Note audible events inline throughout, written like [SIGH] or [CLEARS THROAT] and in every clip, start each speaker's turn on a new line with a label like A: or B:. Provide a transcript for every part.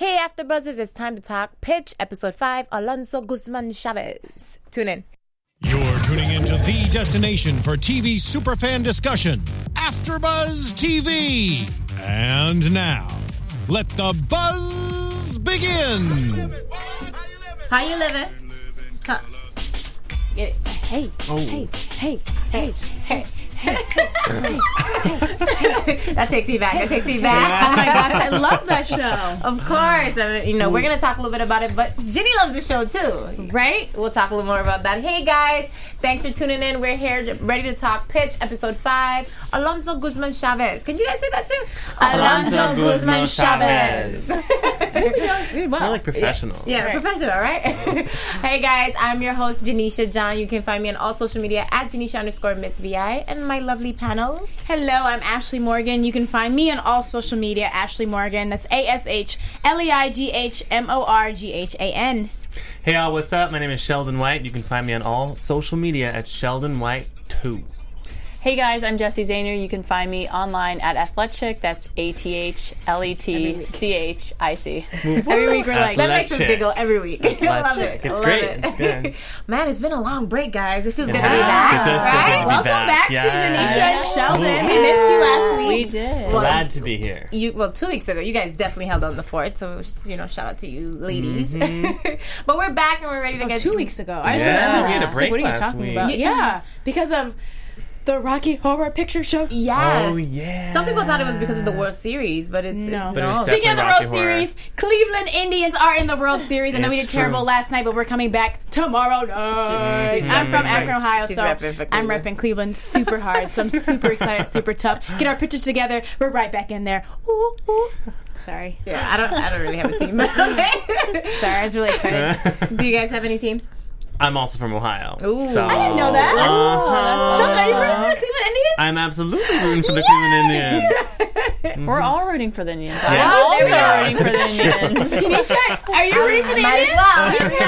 A: Hey, After Buzzers, it's time to talk pitch, episode five, Alonso Guzman Chavez. Tune in.
B: You're tuning into the destination for TV superfan discussion, AfterBuzz TV. And now, let the buzz begin.
C: How you living? Come. Get it.
A: Hey,
D: Oh.
A: hey, hey, hey, hey.
C: That takes me back. That takes me back. Oh my gosh, I love
D: [LAUGHS]
C: that show. Of course, and you know we're gonna talk a little bit about it. But Ginny loves the show too, right? We'll talk a little more about that. Hey guys, thanks for tuning in. We're here, j- ready to talk pitch, episode five. Alonso Guzman Chavez. Can you guys say that too?
D: Alonso Guzman Chavez.
C: [LAUGHS]
D: More like professional.
C: Yeah, professional, right? [LAUGHS] hey guys, I'm your host Janisha John. You can find me on all social media at Janisha underscore Miss Vi and my lovely panel.
E: Hello, I'm Ashley Morgan. You can find me on all social media, Ashley Morgan. That's A S H L E I G H M O R G H A N.
D: Hey all, what's up? My name is Sheldon White. You can find me on all social media at Sheldon White Two.
F: Hey guys, I'm Jesse Zahner. You can find me online at Athletic. That's A T H L E T C H I C.
C: Every week we're like, that makes us
D: Athletic.
C: giggle every week. I [LAUGHS] love
D: Athletic.
C: it.
D: It's
C: Love
D: great.
C: it.
D: It's good.
C: [LAUGHS] Man, it's been a long break, guys. It feels good to be
D: has.
C: back.
D: It does feel
C: right?
D: good to be
C: Welcome
D: back.
C: back,
D: Yes.
C: to Janisha and
D: Yes.
C: Sheldon. We
D: Ooh.
C: missed you last week.
F: We did.
D: Glad to be here.
C: you well two weeks ago you guys definitely held on the fort so you know shout out to you ladies [LAUGHS] but we're back and we're ready to get
E: Mm-hmm. Oh, Two weeks ago. I
D: Yeah, we had a
E: Like,
D: break
E: what are you
D: last
E: talking
D: week.
E: about? Yeah, because of the Rocky Horror Picture Show.
C: yes
D: Oh yeah.
C: some people thought it was because of the
D: [LAUGHS]
C: world series but it's
E: No.
D: But it's
E: Speaking of the
D: Definitely
E: World
D: Rocky Horror.
E: Series, Cleveland Indians are in the World Series. I know we
D: It's
E: did terrible
D: true.
E: last night, but we're coming back tomorrow night.
C: she's
E: I'm
D: repping
E: from
D: for-
E: Akron, Ohio,
C: she's
E: so
C: repping for
E: I'm
C: Cleveland.
E: repping Cleveland super hard. So I'm
C: [LAUGHS]
E: super excited, super tough. Get our pictures together. We're right back in there. Ooh, ooh. Sorry.
C: yeah, I don't I don't really have a team Uh-huh. okay
E: [LAUGHS] Sorry, I was really excited.
C: do you guys have any teams
D: I'm also from Ohio.
C: Ooh.
D: So,
C: I
E: didn't know that.
D: uh-huh.
E: Sean, are you rooting for the Cleveland Indians?
D: I'm absolutely
C: [LAUGHS]
D: rooting for the Cleveland Indians.
F: We're all rooting for the Indians.
D: Yes.
F: I'm also
D: We are.
F: rooting for
D: That's
F: the
D: true.
F: Indians.
E: Janisha, are you rooting for the
C: might
E: Indians? [LAUGHS]
C: as well [LAUGHS]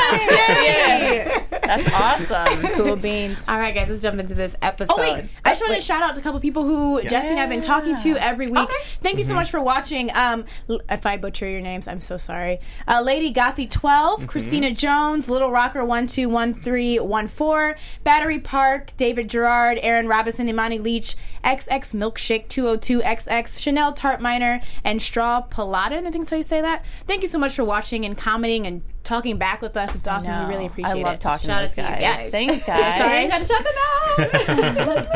C: Yes.
F: That's awesome.
C: [LAUGHS]
F: Cool beans.
C: all right guys let's jump into this episode
E: Oh wait, I just wanted to shout out to a couple people who Jesse and I've been talking to every week.
C: Okay.
E: Thank you so much for watching. Um, l- if I butcher your names, I'm so sorry. Uh, Lady Gothy twelve, Christina Jones, Little Rocker one two one three one four, Battery Park, David Gerard, Aaron Robinson, Imani Leach, XX Milkshake two hundred two XX, Chanel Tart Miner, and Straw Paladin. I think that's how you say that. Thank you so much for watching and commenting and talking back with us. It's awesome.
F: No,
E: we really appreciate
F: I
E: it.
F: love talking
C: Shout
F: to those
C: out to you
F: guys.
C: guys.
F: Thanks,
E: I'm
F: guys.
E: [LAUGHS] Sorry, I had to shut them out.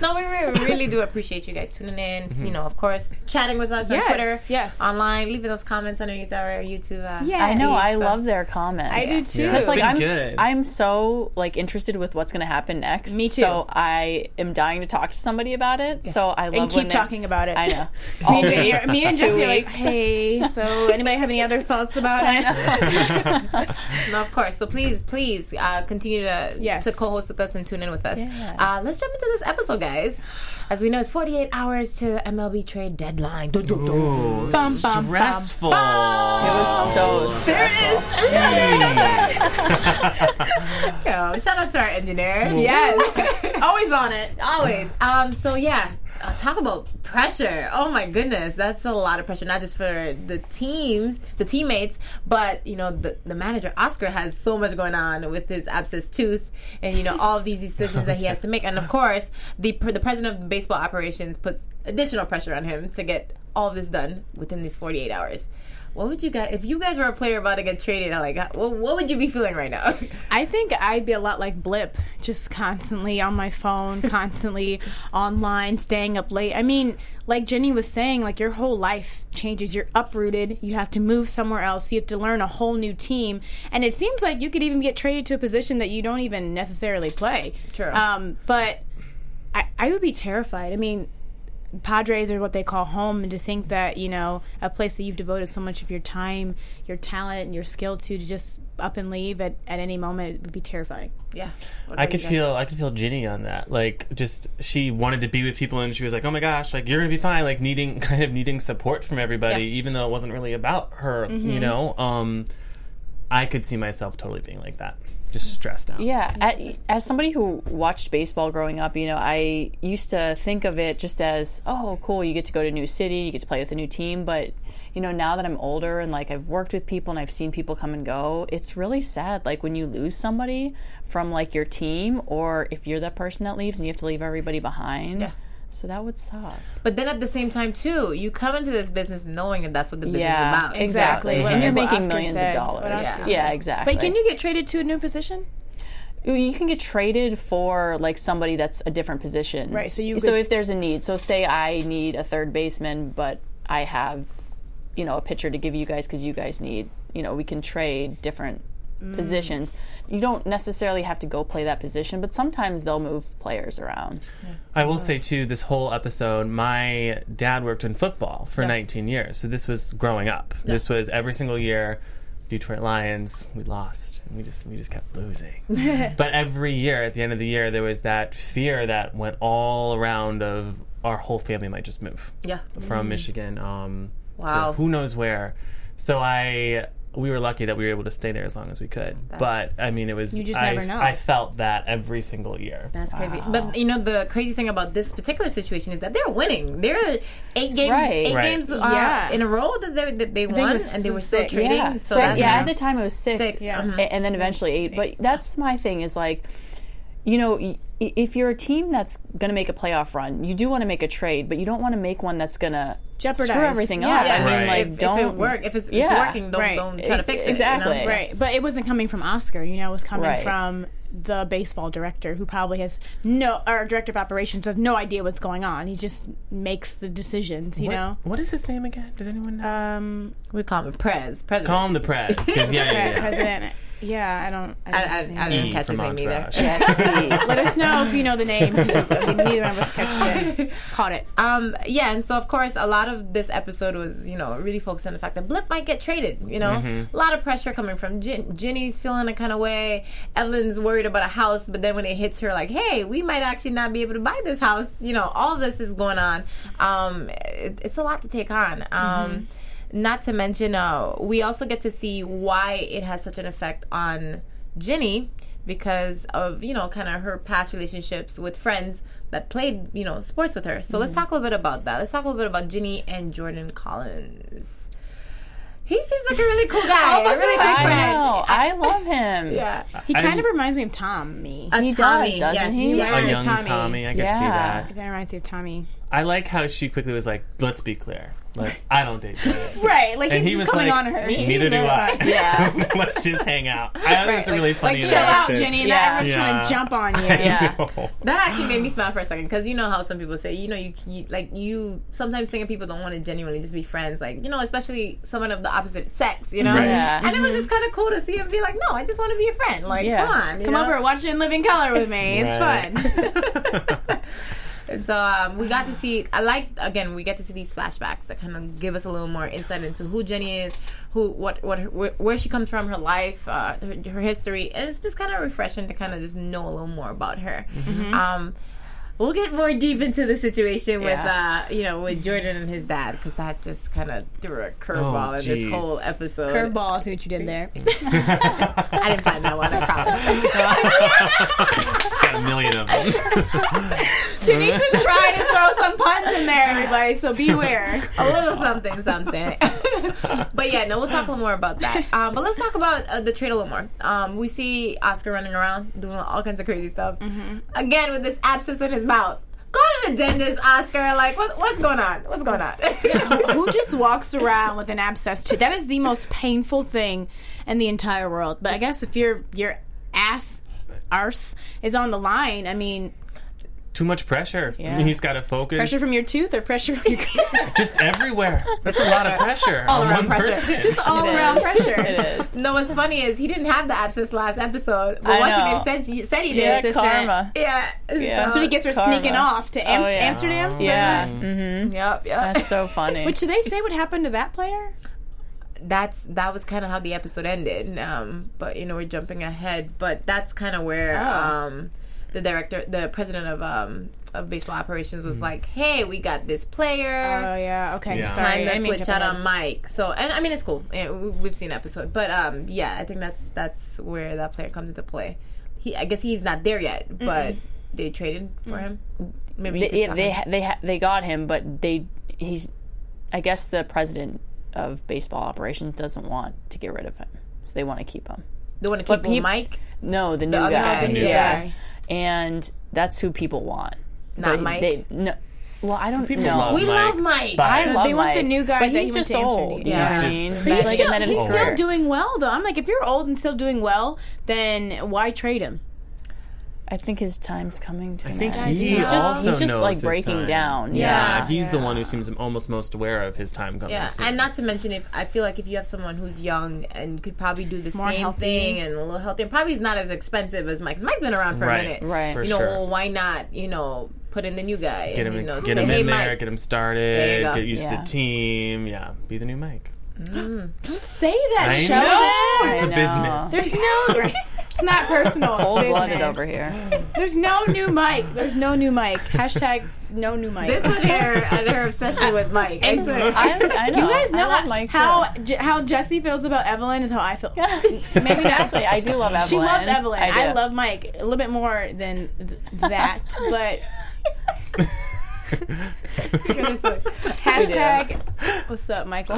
D: [LAUGHS]
C: No, we re- really do appreciate you guys tuning in. You know, of course, chatting with us
E: Mm-hmm. Yes,
C: on Twitter,
E: yes.
C: online, leaving those comments underneath our YouTube. Uh,
E: Yeah.
F: I know. I
C: So-
F: love their comments.
E: I do too.
D: Yeah.
F: Because
D: It's
F: like
D: been
F: I'm,
D: good.
F: s- I'm so like interested with what's going to happen next.
E: Me too.
F: So I am dying to talk to somebody about it. So I love
E: and
F: when
E: keep
F: they-
E: talking about it.
F: I know.
E: [LAUGHS] me, and Jenny, me
F: [LAUGHS]
E: and
F: Two
E: Jesse are like,
F: weeks.
E: hey, so anybody have
F: [LAUGHS]
E: any other thoughts [LAUGHS] about it?
C: No, of course. So please, please uh, continue to
E: Yes.
C: to co-host with us and tune in with us.
F: Yeah.
C: Uh, let's jump into this episode, guys. As we know, it's 48 hours to the MLB trade deadline. Dun, dun, dun.
D: Ooh,
E: bum, bum,
D: stressful.
F: It was so stressful.
C: [LAUGHS] Yo, shout out to our engineer.
E: [LAUGHS] yes. Always on it.
C: always. Um, so yeah, uh, talk about pressure. Oh my goodness, that's a lot of pressure. Not just for the teams, the teammates, but you know the, the manager Oscar has so much going on with his abscess tooth, and you know all of these decisions that he has to make. And of course, the pr- the president of baseball operations puts additional pressure on him to get all this done within these forty eight hours. What would you guys, if you guys were a player about to get traded, like, what, what would you be feeling right now? [LAUGHS]
E: I think I'd be a lot like Blip, just constantly on my phone, constantly online, staying up late. I mean, like Jenny was saying, like your whole life changes. You're uprooted. You have to move somewhere else. You have to learn a whole new team. And it seems like you could even get traded to a position that you don't even necessarily play.
C: True.
E: Um, but I, I would be terrified. I mean, Padres are what they call home, and to think that you know a place that you've devoted so much of your time, your talent, and your skill to to just up and leave at, at any moment it would be terrifying.
C: yeah, What
D: I
C: about
D: could
C: you guys?
D: feel I could feel Ginny on that. Like just she wanted to be with people and she was like, "Oh my gosh, like you're going to be fine." Like needing [LAUGHS] kind of needing support from everybody
C: Yeah. Mm-hmm.
D: even though it wasn't really about her, you know. Um I could see myself totally being like that. Just stressed out.
F: Yeah, a- as somebody who watched baseball growing up, you know, I used to think of it just as, oh, cool, you get to go to a new city, you get to play with a new team, but you know, now that I'm older and like I've worked with people and I've seen people come and go, it's really sad. Like when you lose somebody from like your team, or if you're that person that leaves and you have to leave everybody behind.
C: Yeah.
F: So that would suck.
C: But then at the same time, too, you come into this business knowing that that's what the business
F: Yeah,
C: is about.
E: exactly.
C: So,
E: What-
F: and you're
E: what
F: making
E: Oscar
F: millions
E: said,
F: of
E: what
F: dollars.
E: Oscar
F: Yeah.
E: said.
F: exactly.
E: But can you get traded to a new position?
F: Ooh, you can get traded for like somebody that's a different position.
E: Right, so you
F: So
E: could-
F: if there's a need, so say I need a third baseman, but I have, you know, a pitcher to give you guys because you guys need, you know, we can trade different
E: Mm.
F: positions. You don't necessarily have to go play that position, but sometimes they'll move players around.
D: I will say too, this whole episode, my dad worked in football for 19 years, so this was growing up. This was every single year, Detroit Lions. We lost, and we just we just kept
E: [LAUGHS]
D: losing. but every year, at the end of the year, there was that fear that went all around of our whole family might just move
C: yeah.
E: Mm.
D: from Michigan um,
C: Wow.
D: to who knows where. So I we were lucky that we were able to stay there as long as we could. but I mean, it was
E: You just
D: I,
E: never know.
D: I felt that every single year.
C: That's crazy.
E: Ah.
C: But you know the crazy thing about this particular situation is that they're winning. They're eight games,
F: Right.
C: eight
D: Right.
C: games uh,
E: Yeah.
C: in a row that they that they
E: it
C: won,
E: was-
C: and they
E: was
C: were still
E: six.
C: trading.
F: Yeah,
C: So
F: six.
C: that's
F: yeah, at the time it was six.
C: Six, uh-huh. yeah.
F: a- And then eventually eight. But that's my thing is like, you know, y- i- if you're a team that's going to make a playoff run, you do want to make a trade, but you don't want to make one that's going to screw
E: Jeopardize.
F: everything
E: Yeah.
F: up. I mean,
D: Right.
F: like,
C: if,
F: don't
C: if it work if it's, it's
F: Yeah.
C: working, don't
E: Right.
C: don't try to fix it. you know?
F: Exactly. Yeah.
E: Right, but it wasn't coming from Oscar. You know, it was coming
F: Right.
E: from the baseball director, who probably has no, our director of operations has no idea what's going on. He just makes the decisions. You
D: What-
E: know,
D: what is his name again? Does anyone know?
E: um,
C: We call him Prez. President.
D: Call him the
E: [LAUGHS]
D: Prez. 'cause yeah, yeah, yeah.
E: president. Yeah, I don't. I
C: I,
E: don't
C: I,
E: think-
C: I didn't
D: E
C: catch his
D: from
C: name either.
D: Entourage.
E: E.
C: [LAUGHS]
E: Let us know if you know the name. 'cause Neither of us catched [LAUGHS] it. Caught it.
C: Um, yeah, and so of course, a lot of this episode was, you know, really focused on the fact that Blip might get traded. You know, a lot of pressure coming from Jin- Ginny's feeling a kind of way. Evelyn's worried about a house, but then when it hits her, like, hey, we might actually not be able to buy this house. You know, all this is going on. Um, it, it's a lot to take on. Um, Not to mention, uh, we also get to see why it has such an effect on Ginny because of you know kind of her past relationships with friends that played you know sports with her. So let's talk a little bit about that. Let's talk a little bit about Ginny and Jordan Collins. He seems like a really cool
F: [LAUGHS]
C: guy. a really good
F: I
C: friend.
F: know. I love
C: [LAUGHS]
F: him.
C: Yeah.
E: He
D: I-
E: kind of reminds me of Tommy.
C: A
F: He does,
C: Tommy,
F: doesn't
C: yes,
F: he?
E: A
D: a
E: It's
C: yes.
D: young Tommy.
E: Tommy.
D: I could
F: Yeah.
D: see that.
E: That reminds me of Tommy.
D: I like how she quickly was like, "Let's be clear, like I don't date players."
E: [LAUGHS] Right, like
D: And
E: he's
D: he was
E: just coming
D: like,
E: on her.
D: Neither do I.
F: Yeah.
D: [LAUGHS] Let's just hang out. I thought it was a really funny [LAUGHS]
E: Like, chill out,
D: interaction.
E: Jenny.
F: Yeah.
E: Not everyone's trying
D: Yeah.
E: to
D: [LAUGHS]
E: jump on you.
D: I
F: Yeah.
E: [LAUGHS]
D: know.
C: That actually made me smile for a second because you know how some people say, you know, you, you like you sometimes think of people don't want to genuinely just be friends, like you know, especially someone of the opposite sex, you know.
D: Right.
F: Yeah.
C: And it was just kind of cool to see him be like, no, I just want to be a friend. Like,
F: Yeah.
C: come on, you
E: Come
C: know?
E: over, watch it in living color with me. It's
D: Right.
E: fun.
C: And [LAUGHS] so um, we got to see. I like again. We get to see these flashbacks that kind of give us a little more insight into who Jenny is, who, what, what, her, where, where she comes from, her life, uh, her, her history, and it's just kind of refreshing to kind of just know a little more about her.
D: Mm-hmm.
C: Um, we'll get more deep into the situation
F: Yeah.
C: with uh, you know with Jordan and his dad because that just kind of threw a curveball
D: Oh,
C: in this
D: jeez.
C: whole episode.
E: [LAUGHS] Curveball, see what you did there.
C: I didn't find that one. I promise.
D: [LAUGHS] Got a million of them.
E: Tanisha tried to throw some puns in there, everybody, so [LAUGHS] beware.
C: a little something, something. [LAUGHS] but yeah, no, we'll talk a little more about that. Um, but let's talk about uh, the trade a little more. Um, we see Oscar running around doing all kinds of crazy stuff.
F: Mm-hmm.
C: Again, with this abscess in his mouth. Go to the dentist, Oscar. Like, what, what's going on? What's going on?
F: [LAUGHS]
E: Who just walks around with an abscess too? That is the most painful thing in the entire world. But I guess if your your ass arse is on the line, I mean
D: Too much pressure.
F: Yeah.
D: He's got to focus.
E: pressure from your tooth or pressure
F: [LAUGHS]
E: from your
D: just everywhere. That's a lot of pressure on
C: around
D: one
C: pressure.
E: [LAUGHS]
D: person.
E: [LAUGHS] all around pressure.
F: It is.
C: no, what's funny is he didn't have the abscess last episode, but
F: I
C: what's
F: know.
C: her name said, she- said he
F: Yeah,
C: did.
F: karma.
C: Yeah.
F: Yeah.
E: So he gets her
F: Karma.
E: sneaking off to Am-
F: Oh, yeah.
E: Amsterdam.
F: Yeah.
C: Yep, yep.
F: That's so
C: [LAUGHS]
F: funny.
E: Which do they say what happened to that player?
C: that's that was kind of how the episode ended. Um, but you know we're jumping ahead, but that's kind of where
E: Oh.
C: um, the director, the president of um, of baseball operations,
F: Hmm.
C: was like, "Hey, we got this player."
E: Oh, yeah. Okay.
D: Yeah.
E: Sorry.
C: Time to
E: I didn't mean to
C: switch out
E: jump
C: on Mike. So, and I mean it's cool. Yeah, we- we've seen the episode, but um, yeah, I think that's that's where that player comes into play. He, I guess he's not there yet, but they traded for
E: Mm.
C: him. Maybe you
F: They,
C: could
F: yeah,
C: talk
F: they
C: about-
F: ha- they ha- they got him, but they he's. I guess the president of baseball operations doesn't want to get rid of him, so they want to keep him.
C: They want to
F: But
C: keep him
F: peop-
C: Mike,
F: No, the new
C: other
F: guy.
C: guy, the new
F: yeah.
C: guy.
F: And that's who people want.
C: not
F: They-
C: Mike.
F: They, no, well, I don't
D: People
F: know.
D: love
C: we
D: Mike.
C: love Mike.
D: But
F: I love
E: They want the
F: Mike,
E: new guy
F: but
E: that
F: he's
E: he went
F: just
E: to Amsterdam.
F: old. You know
C: Yeah.
F: what I
D: He's
F: mean?
D: just-
F: That's
E: He's,
F: like
E: still,
F: the end of
E: he's
F: his
E: still
F: career.
E: doing well, though. I'm like, if you're old and still doing well, then why trade him?
F: I think his time's coming to
D: I
F: an
D: think
F: end.
D: he
F: he's just
D: also
F: he's just
D: knows
F: like
D: his
F: breaking
D: time.
F: down.
D: Yeah,
F: Yeah.
D: he's the one who seems almost most aware of his time coming.
C: Yeah,
D: soon.
C: and not to mention if I feel like if you have someone who's young and could probably do the
E: More
C: same
E: healthy.
C: thing and a little healthier, probably is not as expensive as Mike's. Mike's been around for
D: Right,
C: a minute,
F: right.
D: for
C: you know,
D: sure.
C: well, why not? You know, put in the new guy.
D: get
C: and,
D: him,
C: you know,
D: get
C: say,
D: him
C: "Hey,
D: in there,
C: Mike."
D: get him
C: There
D: started,
C: you go.
D: get used to
F: Yeah.
D: the team. Yeah, be the new Mike.
E: Say that,
D: I
E: Sheldon.
D: know it's a
F: I know.
D: business.
E: [LAUGHS] There's no. [LAUGHS]
D: [LAUGHS]
E: It's not personal. It's
F: Cold blooded
E: business.
F: over here.
E: There's no new mic. There's no new mic. Hashtag no new mic.
C: This is her and her obsession with Mike. I swear.
E: [LAUGHS]
F: I, I know.
E: you guys know
F: I love
E: how,
F: Mike
E: how,
F: too.
E: Je- how Jesse feels about Evelyn is how
F: [LAUGHS]
E: I feel.
F: maybe exactly. I do love Evelyn.
E: She loves Evelyn.
F: I, do. [LAUGHS]
E: I, love Mike a little bit more than th- that, but hashtag what's up, Michael?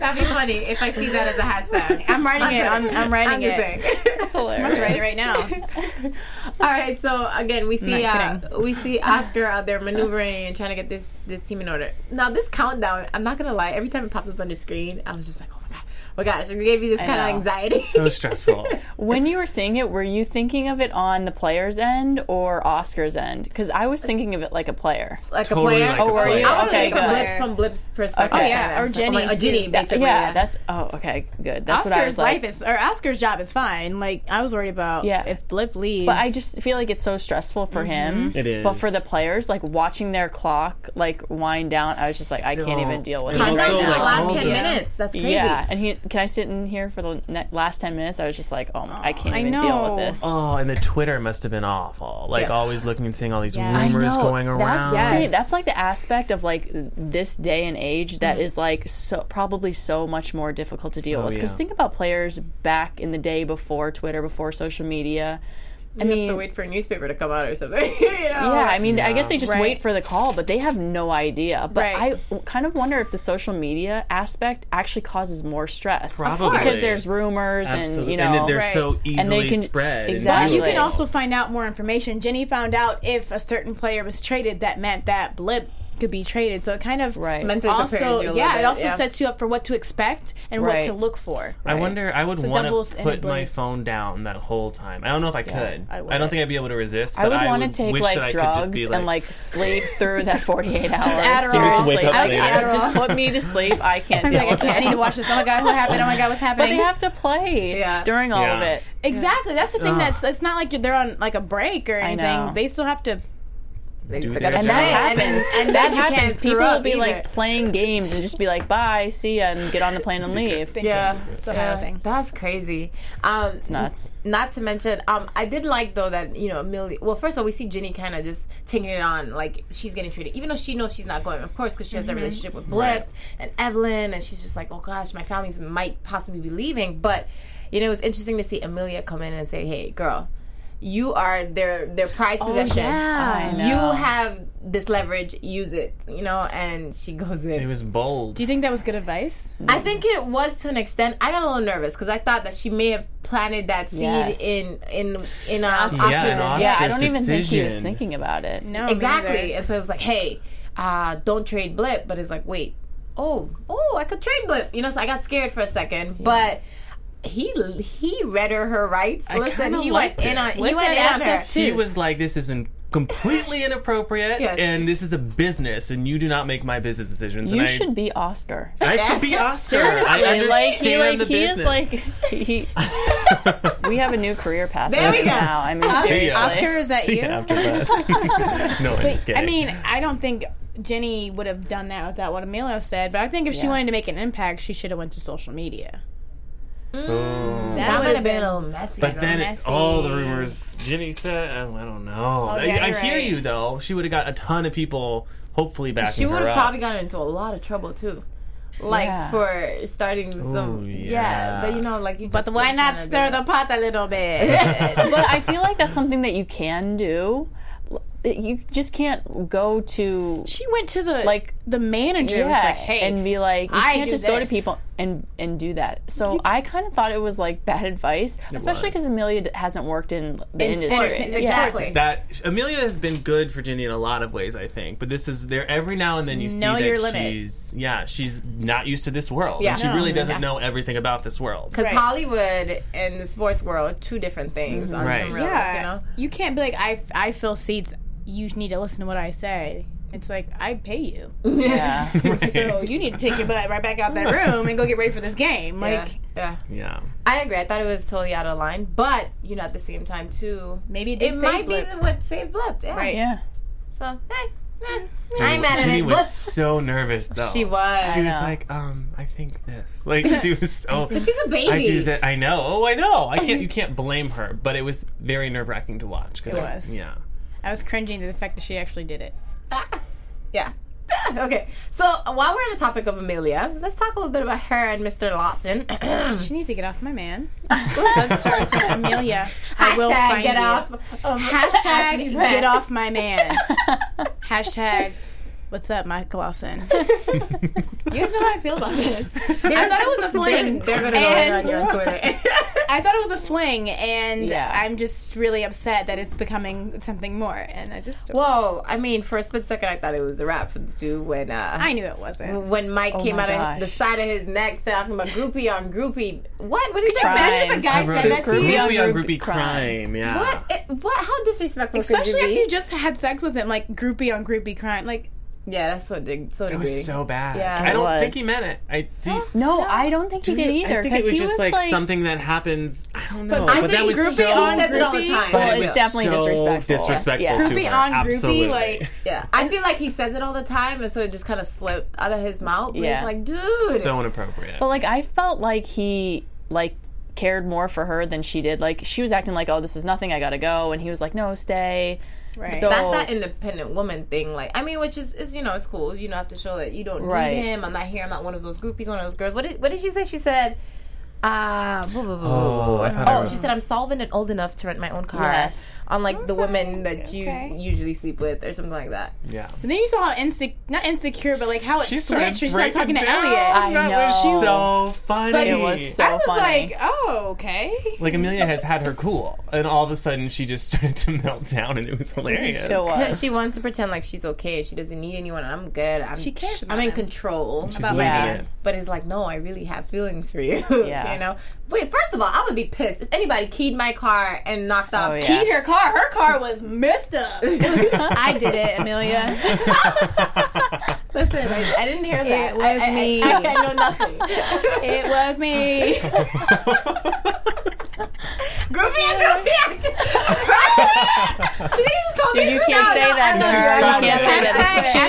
C: That'd be funny if I see that as a hashtag.
E: I'm writing it. I'm, I'm writing
C: I'm just
E: it. [LAUGHS]
C: saying.
F: It's hilarious.
E: I'm writing it right now.
C: All right, so again, we see uh,
E: Not
C: we
F: [LAUGHS]
C: see Oscar out there maneuvering and trying to get this this team in order. Now, this countdown, I'm not gonna lie, every time it pops up on the screen, I was just like, oh my god, oh my gosh, it gave you this kind
F: know.
C: of anxiety. [LAUGHS]
D: so stressful.
F: When you were seeing it, were you thinking of it on the player's end or Oscar's end? Because I was thinking of it like a player.
C: like
D: Totally
C: a player,
D: like a Oh, were player. you?
C: I was
F: Okay,
C: okay, from,
F: good.
C: Blip, from Blip's perspective.
F: Okay. Oh,
E: yeah,
C: I was
E: or
C: like, oh my-
E: Jenny's
C: Jenny,
E: too.
C: basically.
F: yeah, that's oh okay, good. That's what I was
E: Oscar's
F: like.
E: life is or Oscar's job is fine. Like I was worried about
F: Yeah.
E: if Blip leaves.
F: but I just feel like it's so stressful for
E: Mm-hmm.
F: him.
D: It is.
F: But for the players, like watching their clock like wind down, I was just like, I can't
D: No.
F: even deal with
D: And
F: it.
C: Time
D: also,
C: down to
D: Oh, like,
C: the last
D: all
C: ten
D: the-
C: minutes. That's crazy.
F: Yeah, and he can I sit in here for the ne- last ten minutes? I was just like, oh, my, I can't
E: I
F: even deal
E: know.
F: with this.
D: Oh, and the Twitter must have been awful. Like
F: Yeah.
D: always looking and seeing all these
E: Yeah. I
D: rumors
F: know.
D: going around.
F: That's, right.
E: Yes.
F: that's like the aspect of like this day and age that
E: Mm-hmm.
F: is like so probably so much more difficult to deal with. 'Cause with. Because
D: Oh, yeah.
F: think about players back in the day before Twitter, before social media. I
C: You
F: mean,
C: have to wait for a newspaper to come out or something. [LAUGHS] you know?
F: yeah,
C: Oh,
F: I mean, I guess
D: Yeah.
F: they just
E: Right.
F: wait for the call, but they have no idea. But
E: Right.
F: I w- kind of wonder if the social media aspect actually causes more stress
D: Probably.
F: because there's rumors and
D: Absolutely.
F: you know
D: that they're
E: Right.
D: so
F: And
D: easily
F: they can-
D: spread. and
E: But
F: Exactly.
E: you can
D: manipulated.
E: also find out more information. Jenny found out if a certain player was traded, that meant that Blip could be traded. So it kind of
F: Right.
C: mentally prepares you a
E: also
C: little
E: yeah,
C: bit,
E: it also
C: yeah.
E: sets you up for what to expect and
F: Right.
E: what to look for.
D: I wonder. I would
E: So
D: want
E: doubles
D: to
E: and
D: put
E: it
D: my
E: blurs.
D: phone down that whole time. I don't know if I could.
C: I
D: I,
C: would.
D: don't think I'd be able to resist. But
F: I would
D: want
F: to take
D: wish that I
F: like
D: could just
F: drugs
D: be,
F: and like
D: [LAUGHS]
F: sleep through that 48 hours.
E: Adderall.
F: Seriously,
D: Wake up
F: I would-
D: later.
F: I would just put me to sleep. I can't [LAUGHS]
E: I'm
F: deal
E: like, I
F: with
E: can't. I need to
F: it.
E: watch this. Oh my god, what happened? Oh my god, what's
F: But they
E: happening?
F: have to play
C: Yeah.
F: during all of
D: Yeah.
F: it.
E: exactly. That's the
D: Ugh.
E: thing. That's it's not like you're- they're on like a break or
F: know.
E: anything. They still have to.
C: They
D: Do
C: still
D: their
C: gotta
D: job.
F: And that
C: play, and-
F: happens.
C: [LAUGHS] and
F: that
C: then you can't
F: happens.
C: screw
F: People will
C: up
F: be
C: either.
F: like playing games and just be like, "Bye, see ya," and get on the plane and leave.
C: yeah,
E: It's a
C: yeah.
E: whole thing.
C: That's crazy. Um,
F: It's nuts.
C: Not to mention, um, I did like though that you know Millie. Well, first of all, we see Ginny kind of just taking it on, like she's getting treated, even though she knows she's not going, of course, because she has a
F: Mm-hmm.
C: relationship with Blip and Evelyn, and she's just like, oh gosh, my families might possibly be leaving. But you know, it was interesting to see Amelia come in and say, hey, girl, you are their their prized possession.
E: yeah.
F: Oh, I
C: You
F: know.
C: have this leverage, use it, you know. And she goes in.
D: It was bold.
E: Do you think that was good advice?
C: I think it was to an extent. I got a little nervous because I thought that she may have planted that seed
F: Yes.
C: in in in uh, Oscar's.
D: yeah, in Oscar's
F: Yeah, I don't even
D: decision.
F: think he was thinking about it.
E: No, me
C: exactly.
E: neither.
C: And so it was like, hey, uh, don't trade Blip. But it's like, wait, oh, oh, I could trade Blip. You know, so I got scared for a second, but. He he read her her rights. Listen,
D: kinda
C: he
D: liked
C: went in
D: it.
C: on he
E: Look
C: went
E: at
C: in on her.
E: access
D: He
E: too.
D: was like, "This isn't." Completely inappropriate,
C: Yes.
D: and this is a business, and you do not make my business decisions.
F: You
D: and I,
F: should be Oscar.
D: I should be Oscar. I
F: Seriously,
D: understand
F: like he, like,
D: the
F: he
D: business.
F: is like
D: [LAUGHS]
F: he. we have a new career path
C: There we
F: right
C: go.
F: now. I mean,
D: See ya.
F: seriously.
E: Oscar, is
D: [LAUGHS]
E: that
D: See
E: you?
D: ya after this. no, I'm just kidding.
E: I mean, I don't think Jenny would have done that without what Emilio said, but I think if she
F: Yeah.
E: wanted to make an impact, she should have went to social media.
D: Boom.
C: That
E: would
C: might
E: have
C: have been a little messy.
D: But
C: though.
D: then
E: messy.
D: all the rumors Ginny said, oh, I I don't know. I,
E: yeah,
D: I
E: you're
D: hear
E: right.
D: you though. She would have got a ton of people hopefully backing
C: she would
D: her
C: have
D: up.
C: probably gotten into a lot of trouble too, like
F: Yeah.
C: for starting some.
D: Ooh,
C: yeah.
D: yeah.
C: but you know, like you.
E: But why
D: [LAUGHS]
E: not stir the pot a little bit?
F: but I feel like that's something that you can do. L- you just can't go to
E: [LAUGHS] She went to the
F: Like-
E: like the manager and was like, "Hey,
F: and be like, you
E: I
F: can't
E: do
F: just go to
E: this.
F: people and and do that. So I kind of thought it was like bad advice, especially
D: was.
F: because Amelia d- hasn't worked in the industry.
E: sports,
F: Yeah.
C: Exactly.
D: That Amelia has been good for Ginny in a lot of ways, I think. But this is there every now and then you see
E: Know
D: that
E: your
D: she's
E: limit.
D: yeah she's not used to this world.
C: Yeah.
D: and she
C: No,
D: really doesn't know everything about this world.
C: Because Hollywood and the sports world, two different things on
D: Right.
C: some reels,
E: yeah,
C: you know?
E: you can't be like, I I fill seats. You need to listen to what I say." It's like I pay you, [LAUGHS]
F: Yeah.
E: so [LAUGHS] you need to take your butt right back out that room and go get ready for this game. Like
C: yeah. yeah.
D: Yeah,
C: I agree. I thought it was totally out of line. But, you know, at the same time, too,
E: maybe it, did
C: it
E: say
C: might
E: blip.
C: be the- what saved Blip. Yeah.
E: Right.
F: yeah.
C: So, hey, eh, I ain't mad at
D: Ginny
C: it.
D: was
C: But
D: so nervous though.
C: [LAUGHS] she was.
D: She
F: I
D: was
F: know.
D: like, um, I think this. Like she was so.
C: But she's a baby.
D: I do that. I know. Oh, I know. I can't. You can't blame her. But it was very nerve wracking to watch. It
E: was.
D: Yeah.
E: I was cringing to the fact that she actually did it. [LAUGHS]
C: Yeah. [LAUGHS] okay. So while we're on the topic of Amelia, let's talk a little bit about her and Mr. Lawson.
E: She needs to get off my man.
C: [LAUGHS]
E: Let's start with [LAUGHS] Amelia. I will
C: Hashtag
E: find
C: get
E: you.
C: off. Um,
E: Hashtag [LAUGHS]
C: Ashley's back.
E: get off my man. [LAUGHS] Hashtag what's up, Michael Lawson. you guys know how I feel about this. I thought it was a fling.
C: They're gonna
E: And-
C: go in on you on [LAUGHS] Twitter.
E: I thought it was a fling, and
F: Yeah.
E: I'm just really upset that it's becoming something more. And I just,
C: Whoa! I mean, for a split second, I thought it was a wrap for the two when uh,
E: I knew it wasn't.
C: when Mike came
F: my
C: out
F: gosh.
C: of the side of his neck, said talking about groupie on groupie. What? What did you imagine if a
F: Crimes.
C: guy
F: I
D: wrote
C: said that to
D: groupie
C: you?
F: you?
D: on
F: Groupie
D: groupie crime.
F: crime.
D: Yeah.
C: What? It- what? How disrespectful could
E: Especially
C: you
E: after
C: be?
E: you just had sex with him, like groupie on groupie crime. Like,
C: yeah, that's so dig- so
D: It
C: degree.
D: was so bad.
C: Yeah.
D: I don't
F: It
D: think he
F: was.
D: meant it. I do.
F: No, I don't think he did either.
D: I think it
F: 'cause
D: was
F: he
D: just
F: was
D: like, something that happens. I don't know. But,
C: I
D: that
C: think
D: was
C: groupie
D: so.
C: on says it all the
E: groupie-
C: time.
D: but
F: Well,
D: it
F: it's
D: was
F: definitely
D: so
F: disrespectful.
D: disrespectful
F: Yeah.
D: to
F: Groupie
D: her.
E: on groupie,
D: Absolutely.
E: like-
C: Yeah, I feel like he says it all the time, and so it just kind of slipped out of his mouth. But
F: Yeah.
C: it's like, dude,
D: so inappropriate.
F: But like I felt like he like cared more for her than she did. Like she was acting like, "Oh, this is nothing. I gotta go," and he was like, "No, stay."
E: Right.
F: So
C: that's that independent woman thing. Like, I mean, which is, is you know, it's cool. You don't have to show that you don't
F: Right.
C: need him. I'm not here. I'm not one of those groupies. One of those girls. What did What did she say? She said, ah, blah, blah, blah, blah, blah.
D: oh, I thought I
C: Oh,
D: was-
C: she said I'm solvent and old enough to rent my own car.
F: Yes.
C: Unlike the women that you
E: Okay.
C: usually sleep with, or something like that.
D: yeah.
E: and then you saw how insec- not insecure, but like how it
D: She
E: switched when
D: started
E: she started talking
D: breaking
E: to
D: down.
E: Elliot.
F: I
D: That was
F: know.
D: so funny.
F: It was so
E: I was
F: funny.
E: like, oh, okay.
D: Like Amelia has had her cool, and all of a sudden she just [LAUGHS] started to melt down, and it was hilarious.
F: It was.
C: Because [LAUGHS]
F: [LAUGHS]
C: she wants to pretend like she's okay. She doesn't need anyone. and I'm good. I'm,
E: She cares
C: I'm
E: about
C: in
E: him.
C: control.
D: She's
E: About
D: losing
F: that.
D: it.
C: But it's like, no, I really have feelings for you. [LAUGHS]
F: Yeah.
C: you know? Wait, first of all, I would be pissed if anybody keyed my car and knocked off.
F: Oh, yeah.
E: Keyed her car. Her [LAUGHS] car was messed
C: [LAUGHS]
E: up. [LAUGHS] I did
D: [LAUGHS]
E: it, Amelia.
C: Listen, I, I didn't hear that.
E: was
C: I- I-
E: me.
C: I, I know
F: [LAUGHS]
C: nothing.
E: It was me.
C: groovy and
F: [LAUGHS]
C: groovy.
E: She just called
F: Dude,
E: me
F: you
E: groupie.
F: can't
E: No,
F: say
E: no,
F: that
E: I'm
F: to
E: not
F: her.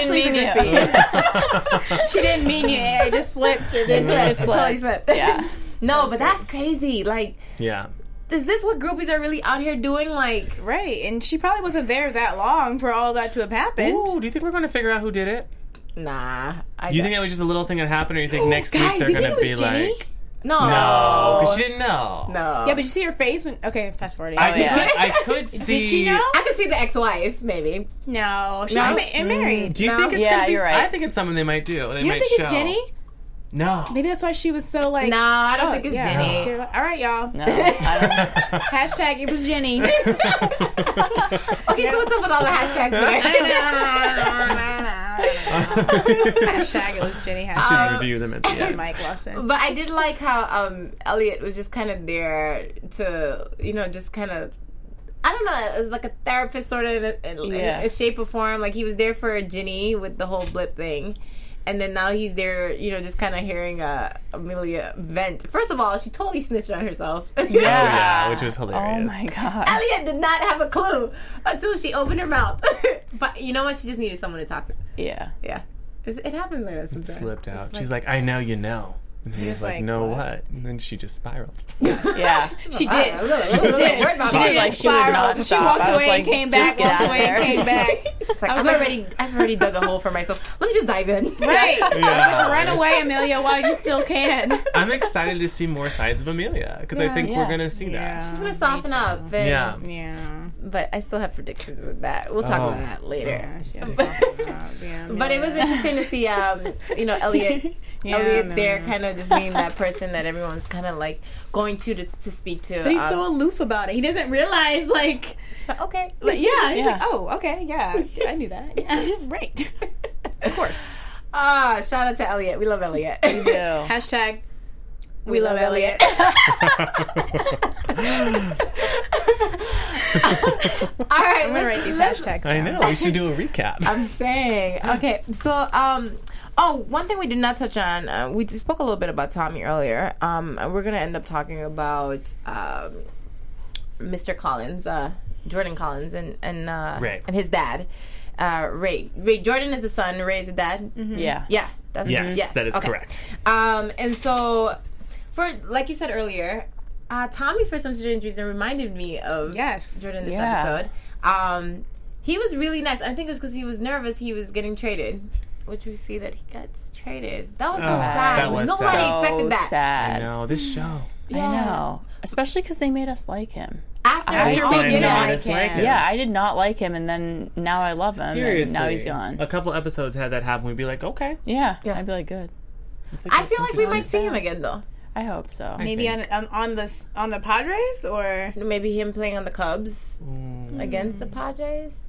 E: sorry.
F: You can't say that.
E: Hashtag
F: She
E: Ashley's
F: didn't mean
E: a
F: you. [LAUGHS]
E: She didn't mean you. It just slipped. It just
C: It's
E: slipped.
C: totally slipped.
F: Yeah.
C: [LAUGHS] No, but that's crazy. Like,
D: [LAUGHS] Yeah.
C: is this what groupies are really out here doing? Like,
E: Right, and she probably wasn't there that long for all that to have happened.
D: Ooh, do you think we're going to figure out who did it?
C: nah. I
D: You
C: don't-
D: think that was just a little thing that happened, or you think next
E: guys,
D: week they're
E: do you
D: going to
E: think
D: be
E: it was Ginny?
D: like,
C: no.
D: no, because she didn't know.
C: No.
E: Yeah, but you see her face when. Okay, fast forwarding.
D: I,
F: yeah.
D: could, I could see.
E: Oh, [LAUGHS] Did she know?
C: I could see the ex-wife, maybe.
E: No, she's
C: No.
E: ma- and married.
D: Do you
C: No.
D: think it's
F: Yeah,
D: gonna be?
F: you're right.
D: I think it's something they might do. They
E: You
D: might
E: don't think
D: show.
E: it's Jenny?
D: No.
E: [LAUGHS] Maybe that's why she was so like.
C: No, I don't
E: oh,
C: think it's
E: yeah.
C: Jenny.
E: You're like, All right, y'all. [LAUGHS]
F: No, I
D: [LAUGHS]
F: don't
E: Hashtag it was Jenny. [LAUGHS]
C: Okay, so what's up with all the hashtags
D: [LAUGHS]
E: [LAUGHS]
C: today?
E: hashtag it was Jenny.
D: I should
E: Hashtag
D: review them at the end.
E: Mike Lawson.
C: But I did like how um, Elliot was just kind of there to, you know, just kind of. I don't know, it was like a therapist sort of in a, in,
F: Yeah.
C: in a shape or form. Like he was there for Ginny with the whole blip thing. And then now he's there, you know, just kind of hearing uh, Amelia vent. First of all, she totally snitched on herself. [LAUGHS]
D: Oh yeah, which was hilarious.
F: Oh my god.
C: Elliot did not have a clue until she opened her mouth. [LAUGHS] but you know what? She just needed someone to talk to.
F: Yeah.
C: Yeah. It's, it happens like that sometimes.
D: Slipped out. She's like, I know you know. And he was like,
E: like,
D: No
E: what?
D: what? And then she just spiraled.
C: [LAUGHS]
F: Yeah.
E: She did.
C: She
E: did. She
F: Sorry,
E: did
F: like, she would
E: spiral.
F: not
E: She
F: stop.
E: walked
F: I was
E: away and
F: like,
E: came
F: just get
E: back.
F: out
E: Walked
F: of
E: away and
F: there.
E: came [LAUGHS] back.
C: It's like,
E: I was
C: I've
E: like-
C: already, I've already dug a hole for myself. Let me just dive [LAUGHS] in.
E: Right.
D: Yeah.
E: [LAUGHS] Run away, Amelia, while you still [LAUGHS] can.
D: I'm excited to see more sides of Amelia because I think
F: Yeah.
D: we're gonna see that.
C: I'm gonna soften up. And
D: Yeah.
E: Yeah.
C: but I still have predictions with that. We'll talk
D: Oh.
C: about that later.
E: Yeah,
C: But it was interesting to see, um, you know, Elliot. [LAUGHS]
E: Yeah,
C: Elliot
E: no.
C: there, kind of just being that person that everyone's kind of like going to to, to speak to.
E: But he's
C: um,
E: so aloof about it. He doesn't realize, like,
C: so okay. [LAUGHS]
E: like, yeah. He's
F: Yeah.
E: like, oh, okay, yeah, I knew [LAUGHS] that. Yeah, right. of course.
C: Ah, shout out to Elliot. We love Elliot. [LAUGHS]
F: Yeah.
E: Hashtag. We, love,
C: [LAUGHS]
E: Elliot.
C: All right,
E: I'm gonna
C: let's-
E: write these
C: let's-
E: hashtags.
D: I know. We should do a recap.
C: I'm saying. Okay, so um, oh, one thing we did not touch on. Uh, we just spoke a little bit about Tommy earlier. Um, and we're gonna end up talking about um, Mr. Collins, uh, Jordan Collins, and and uh,
D: Ray.
C: and his dad, uh, Ray. Ray Jordan is the son. Ray is the dad.
E: Mm-hmm.
F: Yeah.
C: Yeah. That's,
D: [LAUGHS] yes, that is
C: okay.
D: correct.
C: Um, and so, for like you said earlier, uh, Tommy, for some strange reason, reminded me of
E: Yes.
C: Jordan this
F: Yeah.
C: episode. Um, he was really nice. I think it was because he was nervous. He was getting traded, which we see that he gets traded. That was so
F: Ah,
D: Oh,
C: sad.
D: that was
C: Nobody
D: so
C: expected that.
D: I
F: sad.
D: know. This show.
C: Yeah.
F: I know. Especially because they made us like him.
C: After
F: I
C: after we
F: find
C: did
F: out
C: it,
D: it's like
F: Yeah. I did not like him, and then now I love him.
D: Seriously. Uh,
F: And now he's gone.
D: A couple episodes had that happen. We'd be like, okay.
F: Yeah. I'd be like, good.
D: It's a
C: I
D: good-
C: feel like we
D: interesting-
C: might see him again though.
F: I hope so.
E: Maybe on, on on the s- on the Padres or
C: Maybe him playing on the Cubs
D: Mm.
C: against the Padres.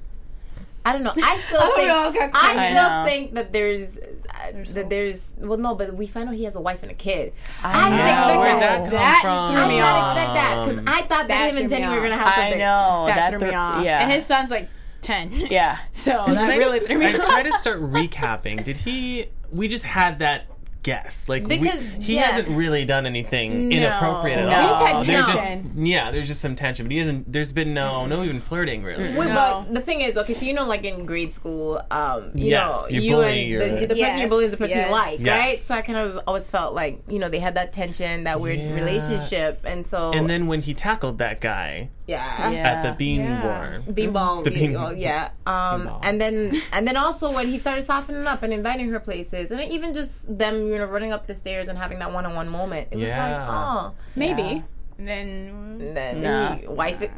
C: I don't know.
E: [LAUGHS]
C: I still
E: Oh, we
C: think
E: all got
C: I
F: I
C: still
F: know.
C: think that there's, uh, that there's well no, but we find out he has a wife and a kid. I,
F: know.
C: didn't
D: Yeah,
C: expect
D: where'd
C: that.
D: that come
E: That
D: from?
C: I
E: threw
C: did
E: me
C: not
E: off.
C: expect that because I thought that, him
E: That
C: and
E: threw me
C: Jenny were
E: off.
C: gonna have
F: I
C: something.
F: know. Oh,
E: that,
F: That
E: threw me
F: thre-
E: off.
F: Yeah.
E: And his son's like ten.
F: yeah.
E: So that
D: Can I
E: really
D: s-
E: threw me
D: I
E: off.
D: tried to start recapping. Did he? We just had that guess. Like we-
C: Because-
D: he
C: yeah.
D: hasn't really done anything inappropriate at
F: No.
D: all.
F: We just had
D: They're
E: tension.
D: yeah, there's just some tension, but he hasn't. There's been no, no even flirting really.
C: Wait,
E: No.
C: but the thing is, okay, so you know, like in grade school, um, you know,
D: Yes, you
C: you
D: bully
C: and
D: your-
C: the, the person you
E: Yes,
C: bully is the person
E: yes.
C: you like,
D: Yes.
C: right? So I kind of always felt like, you know, they had that tension, that weird
D: Yeah.
C: relationship, and so
D: And then when he tackled that guy
C: yeah,
F: Yeah.
D: at the bean
E: Yeah.
D: war,
C: Beanball,
D: The bean-
C: beanball, yeah. Um,
D: beanball.
C: and then, and then also when he started softening up and inviting her places, and even just them, you know, running up the stairs and having that one-on-one moment, it was
D: Yeah.
C: like, oh,
E: Maybe.
F: Yeah.
E: [LAUGHS] And then
C: and then
F: Nah.
C: the wife it,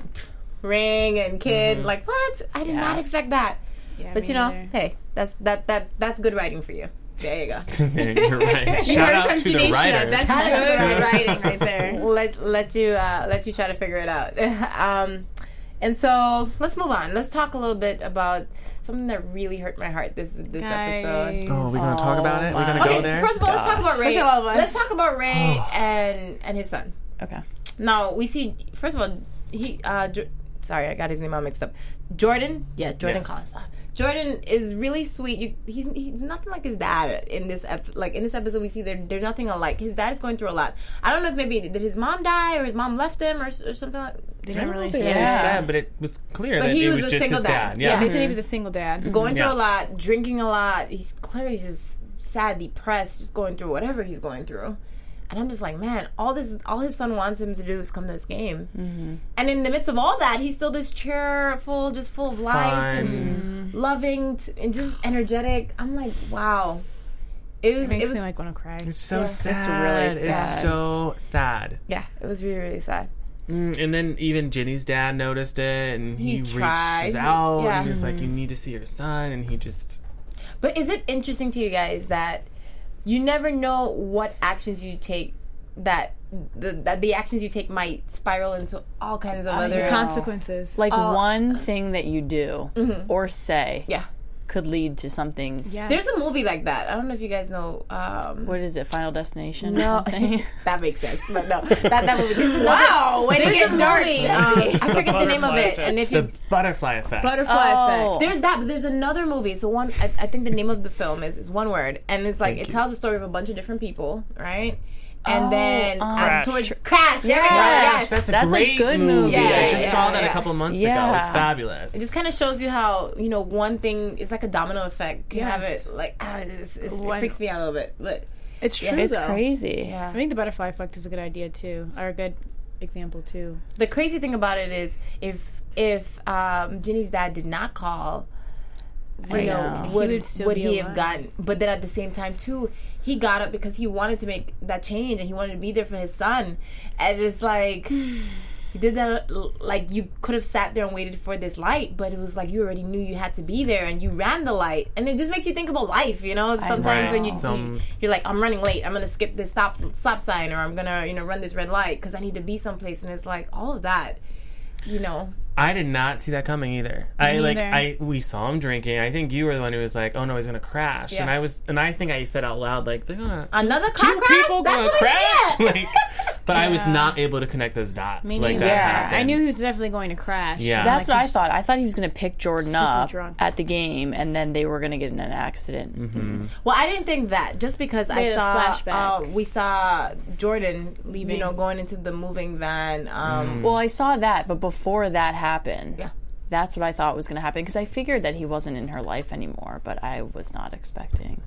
C: ring and kid,
D: Mm-hmm.
C: like what? I did not expect that.
E: yeah,
C: But
E: me
C: you know,
E: neither.
C: hey, that's that that that's good writing for you. There you go.
D: [LAUGHS] you're right. Shout
E: Word
D: out
E: from
D: to the
E: Janisha.
D: writers.
E: That's
C: Shout out to the
E: good
C: writers.
E: writing right there.
C: let let you uh, let you try to figure it out. [LAUGHS] um, and so let's move on. Let's talk a little bit about something that really hurt my heart this [LAUGHS] this episode.
D: oh, we're gonna talk about it. We're gonna
C: Okay,
D: go there. Oh.
C: first of all, let's talk about Ray.
E: Look at all of us.
C: Let's talk about Ray and and his son.
F: [LAUGHS] Okay.
C: Now we see. First of all, he. Uh, jo- sorry, I got his name all mixed up. Jordan. Yeah, Jordan
D: Yes.
C: Collins. Uh, Jordan is really sweet. You, he's, he's nothing like his dad in this ep- like in this episode. We see they're they're nothing alike. His dad is going through a lot. I don't know if maybe did his mom die or his mom left him or, s- or something. like
E: They didn't really
D: It
E: say
D: was
F: Yeah.
D: sad, but it was clear
C: But
D: that
C: he
D: it
C: was
D: was,
C: a
D: just
C: single
D: his
C: dad.
D: dad.
C: Yeah.
E: They said he was a single dad.
C: Going
D: Yeah.
C: through a lot, drinking a lot. He's clearly just sad, depressed, just going through whatever he's going through. And I'm just like, man, all this, all his son wants him to do is come to this game.
E: Mm-hmm.
C: And in the midst of all that, he's still this cheerful, just full of life
D: Fun.
C: and loving t- and just energetic. I'm like, wow. It was, it,
E: Makes
C: was,
E: me like want to cry.
D: It's so sad.
F: It's really sad.
D: It's so sad.
C: yeah, it was really, really sad.
D: Mm, and then even Ginny's dad noticed it, and
C: He
D: he,
C: tried.
D: reaches out,
C: Yeah.
D: and he's like, "You need to see your son," and he just
C: But is it interesting to you guys that you never know what actions you take that the, that the actions you take might spiral into all kinds of other
E: The consequences.
F: Like one thing that you do or say
C: yeah.
F: could lead to something.
E: yes.
C: There's a movie like that. I don't know if you guys know. Um,
F: What is it? Final Destination?
C: No.
F: Or something?
C: that makes sense, but no, that
E: [LAUGHS]
C: that movie. There's
F: [LAUGHS]
C: another,
E: Wow, way to
C: there's
E: get
C: a
E: dark,
C: movie.
E: [LAUGHS]
C: Um, I forget the name of it, and if you
D: the butterfly effect.
E: butterfly
F: Oh.
E: effect.
C: There's that, but there's another movie. So one, I, I think the name of the film is, is one word, and it's like it tells the story of a bunch of different people, right?
E: Oh,
C: And then um,
F: Crash.
C: towards Crash, there we go,
F: Yes.
C: yes.
D: that's a
F: That's a
D: great
F: good movie.
D: I
C: Yeah,
D: just
C: yeah,
D: saw that
C: yeah.
D: a couple months ago.
F: Yeah.
D: It's fabulous.
C: It just kind of shows you how you know one thing is like a domino effect can have
E: Yes.
C: it like ah, it's, it's, it
E: One-
C: freaks me out a little bit, but
E: It's true.
F: It's
E: though.
F: crazy.
E: I think the butterfly effect is a good idea too, or a good example too.
C: the crazy thing about it is if if um, Ginny's dad did not call, you know, would
F: know.
E: He
C: would,
E: would still be
C: he have
E: alive.
C: gotten? But then at the same time too, he got up because he wanted to make that change and he wanted to be there for his son, and it's like. You did that l- like you could have sat there and waited for this light, but it was like you already knew you had to be there and you ran the light, and it just makes you think about life. You know, sometimes when you
D: know. Some-
C: you're like, I'm running late, I'm gonna skip this stop stop sign, or I'm gonna you know run this red light because I need to be someplace, and it's like all of that. You know,
D: I did not see that coming either. I like
E: neither.
D: I we saw him drinking. I think you were the one who was like, "Oh no, he's gonna crash," and
C: Yeah.
D: I was, and I think I said out loud like, "They're gonna
C: another car
D: two
C: crash.
D: people
C: That's
D: gonna
C: what it-
D: crash."
C: yeah.
D: [LAUGHS] Like, but I was not able to connect those dots. like that
E: yeah,
D: happened.
E: I knew he was definitely going to crash.
D: Yeah.
F: That's
E: Like
F: what I
E: he's-
F: thought. I thought he was going to pick Jordan up
E: drunk.
F: at the game, and then they were going to get in an accident.
C: Well, I didn't think that just because I
E: had a
C: saw
E: flashback.
C: uh, we saw Jordan leaving, you know, going into the moving van.
E: Hmm.
C: Um,
F: Well, I saw that, but before that happened,
C: Yeah.
F: that's what I thought was going to happen because I figured that he wasn't in her life anymore, but I was not expecting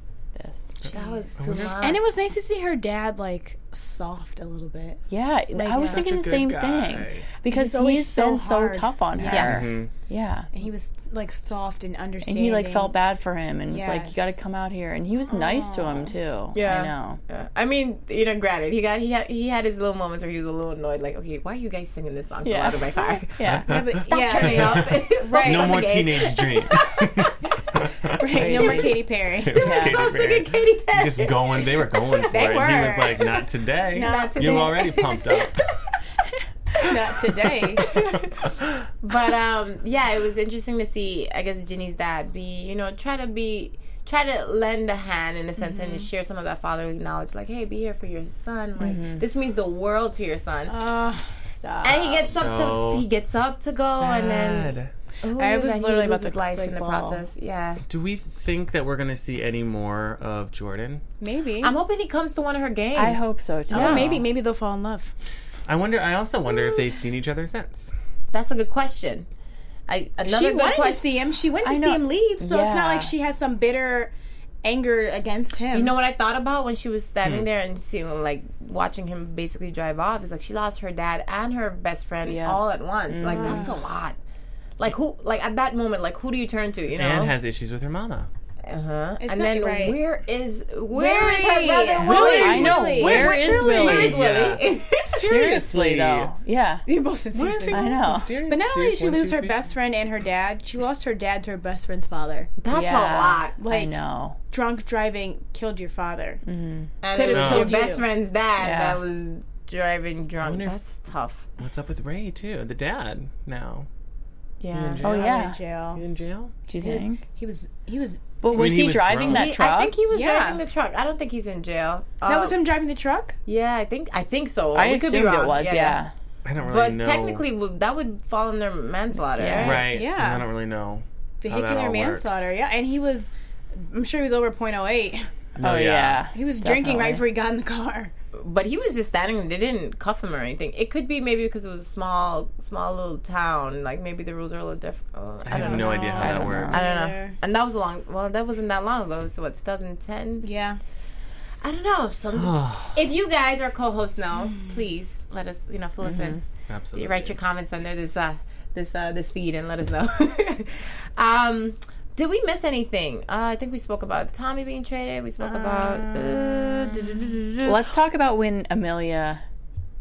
F: this.
D: Mm.
C: That was too much.
E: And it was nice to see her dad like soft a little bit.
F: Yeah, I was thinking the
D: good
F: same
D: guy.
F: thing because
E: He's always
F: he's
E: so
F: been so
E: hard.
F: tough on her.
C: Yes.
F: Yeah.
E: And he was like soft and
F: And
E: understanding.
F: he like felt bad for him and was like, "You
E: Yes.
F: got to come out here." And he was nice to him too.
C: Yeah.
F: I know.
C: Yeah. I mean, you know, granted, he got he had he had his little moments where he was a little annoyed, like, okay, why are you guys singing this song so
F: Yeah.
C: loud in my car? [LAUGHS]
F: Yeah,
E: Yeah, but- yeah.
C: Turning
E: [LAUGHS]
C: up, [LAUGHS]
E: Right.
D: no
E: on
D: more
C: Gay.
E: [LAUGHS]
D: teenage dream.
E: Right, No more Katy Perry.
D: [LAUGHS] It was
F: Yeah.
D: Katy
C: I was
D: Perry.
C: thinking Katy Perry.
D: Just going, they were going for
E: They
D: it.
E: were.
D: He was like, "Not today.
E: Not
D: You're already pumped up."
E: [LAUGHS]
C: [LAUGHS]
D: [LAUGHS]
E: Not
F: [LAUGHS]
E: today.
C: but um, yeah, it was interesting to see. I guess Ginny's dad be, you know, try to be, try to lend a hand in a sense and share some of that fatherly knowledge. Like, hey, be here for your son. Like, this means the world to your son.
E: [LAUGHS] Uh, stop.
C: and he gets up
D: so
C: to he gets up to go, and then
D: Sad.
C: ooh,
E: I was
C: and he
E: literally about
C: loses
E: to
C: life
E: click
C: in the
E: ball.
C: process. Yeah,
D: Do we think that we're gonna see any more of Jordan?
E: Maybe.
C: I'm hoping he comes to one of her games.
F: I hope so too.
E: Or Oh, maybe maybe they'll fall in love.
D: I wonder. I also wonder if they've seen each other since.
C: that's a good question. I another
E: she
C: good
E: wanted to
C: question.
E: see him. She went to
F: know.
E: see him leave, so it's
F: Yeah.
E: not like she has some bitter anger against him.
C: You know what I thought about when she was standing
F: Hmm.
C: there and seeing, like, watching him basically drive off? Is like she lost her dad and her best friend
F: Yeah.
C: all at once.
E: Mm.
C: Like that's a lot. Like who? Like at that moment, like who do you turn to? You know.
D: Anne has issues with her mama.
C: uh-huh.
E: It's
C: And
E: not
C: then
E: right.
C: where is where is her brother Willie?
E: Willie.
F: I know.
E: Really?
F: Where
E: Where-
F: is Willie?
C: Where is
D: Yeah.
C: Willie?
E: [LAUGHS]
F: Seriously though. Yeah.
E: You both said Susan.
F: I know.
E: But not only did she lose her best friend and her dad, she lost her dad to her best friend's father.
C: That's
F: Yeah.
C: a lot.
E: Like
F: I know.
E: drunk driving killed your father.
C: And it was
D: No.
C: your best friend's dad
F: Yeah.
C: that was driving drunk.
D: wonder if-
C: That's tough.
D: What's up with Ray too? The dad now
C: Yeah.
F: Oh
E: In
F: yeah.
E: jail.
D: in jail.
F: Do you think?
E: He was he was
F: But was
D: mean, he
F: he,
D: was
F: driving
D: drunk.
F: that truck?
C: I think he was
E: Yeah.
C: driving the truck. I don't think he's in jail.
E: That
C: Um,
E: was him driving the truck?
C: Yeah, I think I think so.
F: I
C: we could be
F: assumed
C: wrong.
F: it was. Yeah.
D: I don't really
C: But
D: know.
C: technically, w- that would fall under manslaughter.
F: Yeah.
C: Right?
D: right?
E: Yeah.
D: I don't really know. how that
E: Vehicular
D: all works.
E: manslaughter, yeah. And he was I'm sure he was over .08.
D: No,
F: Oh yeah.
E: He was drinking
F: Definitely.
E: right before he got in the car.
C: But he was just standing. there. They didn't cuff him or anything. It could be maybe because it was a small, small little town. Like maybe the rules are a little different. Uh, I,
D: I have
C: don't
D: no
C: know.
D: idea how
F: I
D: that
F: don't
D: works.
F: know.
C: I don't know.
E: Either.
C: And that was a long. Well, that wasn't that long ago. So what? 2010.
E: Yeah.
C: I don't know. [SIGHS] Some. if you guys are co-hosts now, please let us. You know, listen.
D: [SIGHS] Absolutely.
C: You write your comments under this uh this uh this feed and let us know. [LAUGHS] um did we miss anything? Uh, I think we spoke about Tommy being traded. We spoke about. Uh,
F: Let's talk about when Amelia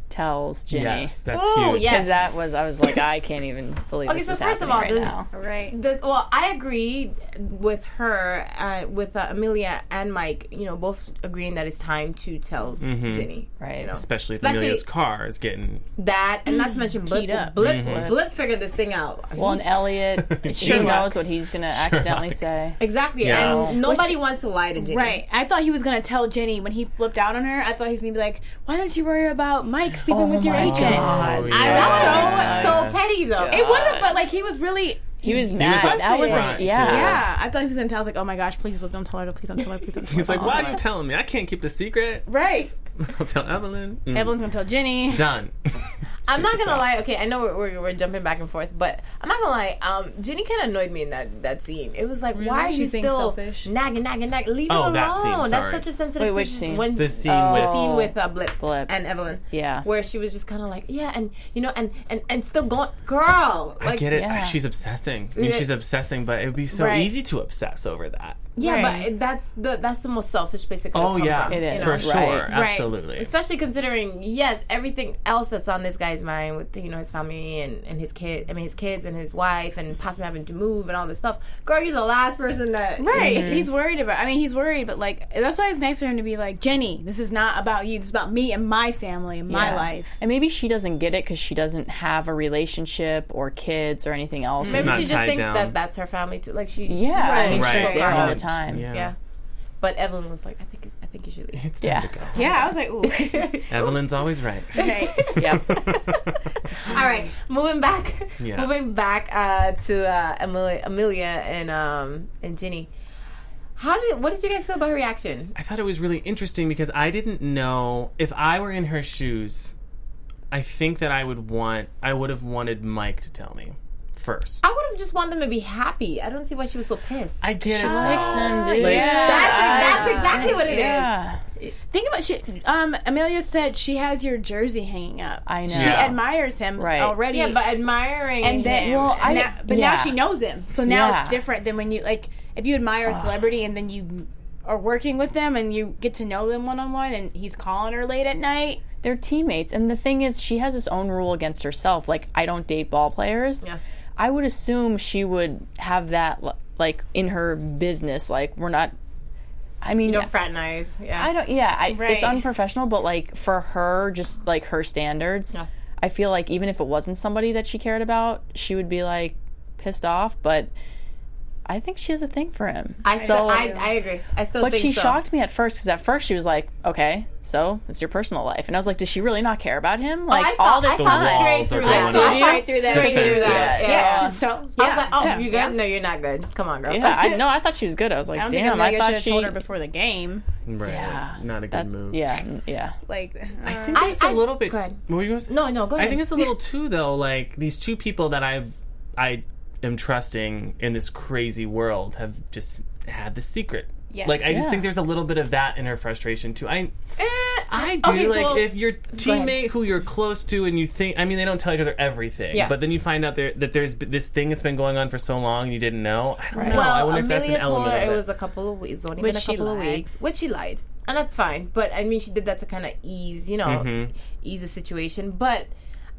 F: tells Jimmy.
D: Yes, that's
C: Ooh,
D: huge.
C: yes.
F: Because that was, I was like, I can't even believe
C: Okay,
F: this
C: so
F: is
C: first of
F: happening
C: all,
F: right
C: this-
F: now.
E: Right.
C: This, well, I agree with her, uh, with uh, Amelia and Mike. You know, both agreeing that it's time to tell
D: Mm-hmm.
C: Ginny
F: Right.
D: Especially if
C: Especially-
D: Amelia's car is getting
C: that, and not to mention Blip.
E: up.
C: Blip, Blip figured this thing out.
F: Well, and Elliot,
D: [LAUGHS]
F: she
D: Sherlock.
F: knows what he's going to accidentally say.
C: exactly,
D: Yeah.
C: and nobody wants to lie to Ginny.
E: Right. I thought he was gonna tell Jenny when he flipped out on her. I thought he was gonna be like, Why don't you worry about Mike sleeping with your agent?
D: Oh, yeah. Oh,
C: That was so so petty though.
E: It wasn't but like he was really
F: He was mad.
D: like,
F: that was,
D: upfront,
F: a, yeah.
D: too.
E: Yeah, I thought he was gonna tell. I was like, "Oh my gosh, please don't tell her! Please don't tell her! Please don't tell her!"
D: He's like, why are you telling me? I can't keep the secret.
E: Right.
D: [LAUGHS] I'll tell Evelyn. Mm,
E: Evelyn's gonna tell Jenny.
D: Done.
C: I'm not gonna lie. Okay, I know we're, we're, we're jumping back and forth, but I'm not gonna lie. Um, Jenny kind of annoyed me in that, that scene. It was like, why are
E: She
C: you
E: was being
C: still
E: selfish.
C: nagging, nagging, nagging? Leave
D: Oh,
C: him alone.
D: that scene, sorry.
C: That's such a sensitive.
F: Wait, which scene?
C: When
D: The scene
C: the
F: Oh.
C: scene with uh, Blip,
F: Blip.
C: and Evelyn.
F: Yeah.
C: where she was just kind of like, yeah, and you know, and and and still going, girl.
D: with. I
C: like,
D: get it.
F: yeah.
D: She's obsessing. I mean,
C: Yeah.
D: she's obsessing, but it would be so
C: Right.
D: easy to obsess over that.
C: Yeah,
E: Right.
C: but that's the that's the most selfish place. it could've
D: Oh
C: come
D: yeah,
C: from,
F: It
C: you
F: is,
D: for
C: know?
D: sure,
F: right.
D: absolutely.
C: Especially considering, yes, everything else that's on this guy's mind with you know his family and, and his kid. I mean, his kids and his wife, and possibly having to move and all this stuff. Girl, you're the last person that
E: Right. He's worried about. I mean, he's worried, but like that's why it's nice for him to be like, Jenny, this is not about you. This is about me and my family and my
F: Yeah.
E: life.
F: And maybe she doesn't get it because she doesn't have a relationship or kids or anything else.
C: Maybe
D: not
C: she just
D: tied
C: thinks
D: down.
C: that that's her family too. Like she,
F: Yeah, I mean,
C: she's,
F: she's
C: so
D: Right.
F: there all the
C: proud.
F: time.
D: Yeah.
C: Yeah. But Evelyn was like, I think it's, I think you should leave.
D: It's time
F: Yeah.
D: to go.
E: Yeah, I was like, ooh.
C: [LAUGHS]
D: [LAUGHS] Evelyn's always right.
E: okay.
F: Yep.
C: All right, moving back,
D: Yeah.
C: moving back uh, to uh, Amelia, Amelia and um, and Ginny. How did what did you guys feel about her reaction?
D: I thought it was really interesting because I didn't know if I were in her shoes, I think that I would want I would have wanted Mike to tell me first.
C: I would have just wanted them to be happy. I don't see why she was so pissed.
D: I get it.
F: Nixon, dude.
D: Like-
C: That's, e-,
F: yeah.
C: that's exactly what it is.
F: yeah.
E: Think about she. Um, Amelia said she has your jersey hanging up.
F: I know.
E: She
D: Yeah.
E: admires him
F: Right.
E: already.
C: Yeah, but admiring
E: and then
C: him.
E: well, I,
F: now-
E: but now
F: yeah.
E: she knows him, so now
F: Yeah.
E: it's different than when you like if you admire a celebrity and then you are working with them and you get to know them one on one, and he's calling her late at night.
F: They're teammates. And the thing is, she has this own rule against herself. Like, I don't date ball players.
C: Yeah.
F: I would assume she would have that, l- like, in her business. Like, we're not. I mean,
C: you don't fraternize. Yeah,
F: I don't. Yeah, I,
E: Right.
F: it's unprofessional, but like for her, just like her standards,
C: Yeah.
F: I feel like even if it wasn't somebody that she cared about, she would be like pissed off. But I think she has a thing for him.
C: I still,
F: so-
C: I, I agree. I still.
F: but
C: think
F: she
C: so.
F: shocked me at first because at first she was like, "Okay, so it's your personal life," and I was like, "Does she really not care about him?" Like
C: Oh, I saw-
F: all this
C: I saw
F: time.
D: walls
C: straight
D: are
C: through that.
D: going
C: I saw
D: up.
C: straight
E: through that.
C: Straight
D: Defense,
C: through that. Yeah.
F: yeah.
E: Yeah. she- so yeah,
C: I was like, oh,
E: Tim,
C: you good?
E: yeah.
C: No, you're not good. Come on, girl.
F: Yeah, I know. I thought she was good. I was like,
E: I don't
F: "Damn!"
E: think Amelia
F: I thought
E: should have
F: she.
E: told her before the game.
D: Right.
F: Yeah.
D: Not a good
F: that-
D: move.
F: yeah, n- yeah.
E: Like,
D: I
E: uh,
D: think
C: I-
D: it's a
C: I-
D: little bit
C: go ahead.
D: What were you gonna
C: [LAUGHS]
D: say?
C: No, no, go ahead.
D: I think it's a little too though. Like these two people that I've I am trusting in this crazy world have just had the secret.
E: Yes.
D: Like I just
F: Yeah.
D: think there's a little bit of that in her frustration too. I
C: [LAUGHS] Eh,
D: I do
C: okay, so-
D: like if your teammate who you're close to and you think I mean they don't tell each other everything,
C: Yeah.
D: but then you find out there, that there's b- this thing that's been going on for so long and you didn't know. I don't know. I
C: Well,
D: wonder if
C: Amelia
D: that's an
C: told
D: element
C: her
D: of
C: it
D: it.
C: was a couple of weeks, it's only
E: Which
C: been a
E: she
C: couple of
E: lied.
C: weeks, which she lied, and that's fine. But I mean, she did that to kind of ease, you know,
D: Mm-hmm.
C: ease the situation. But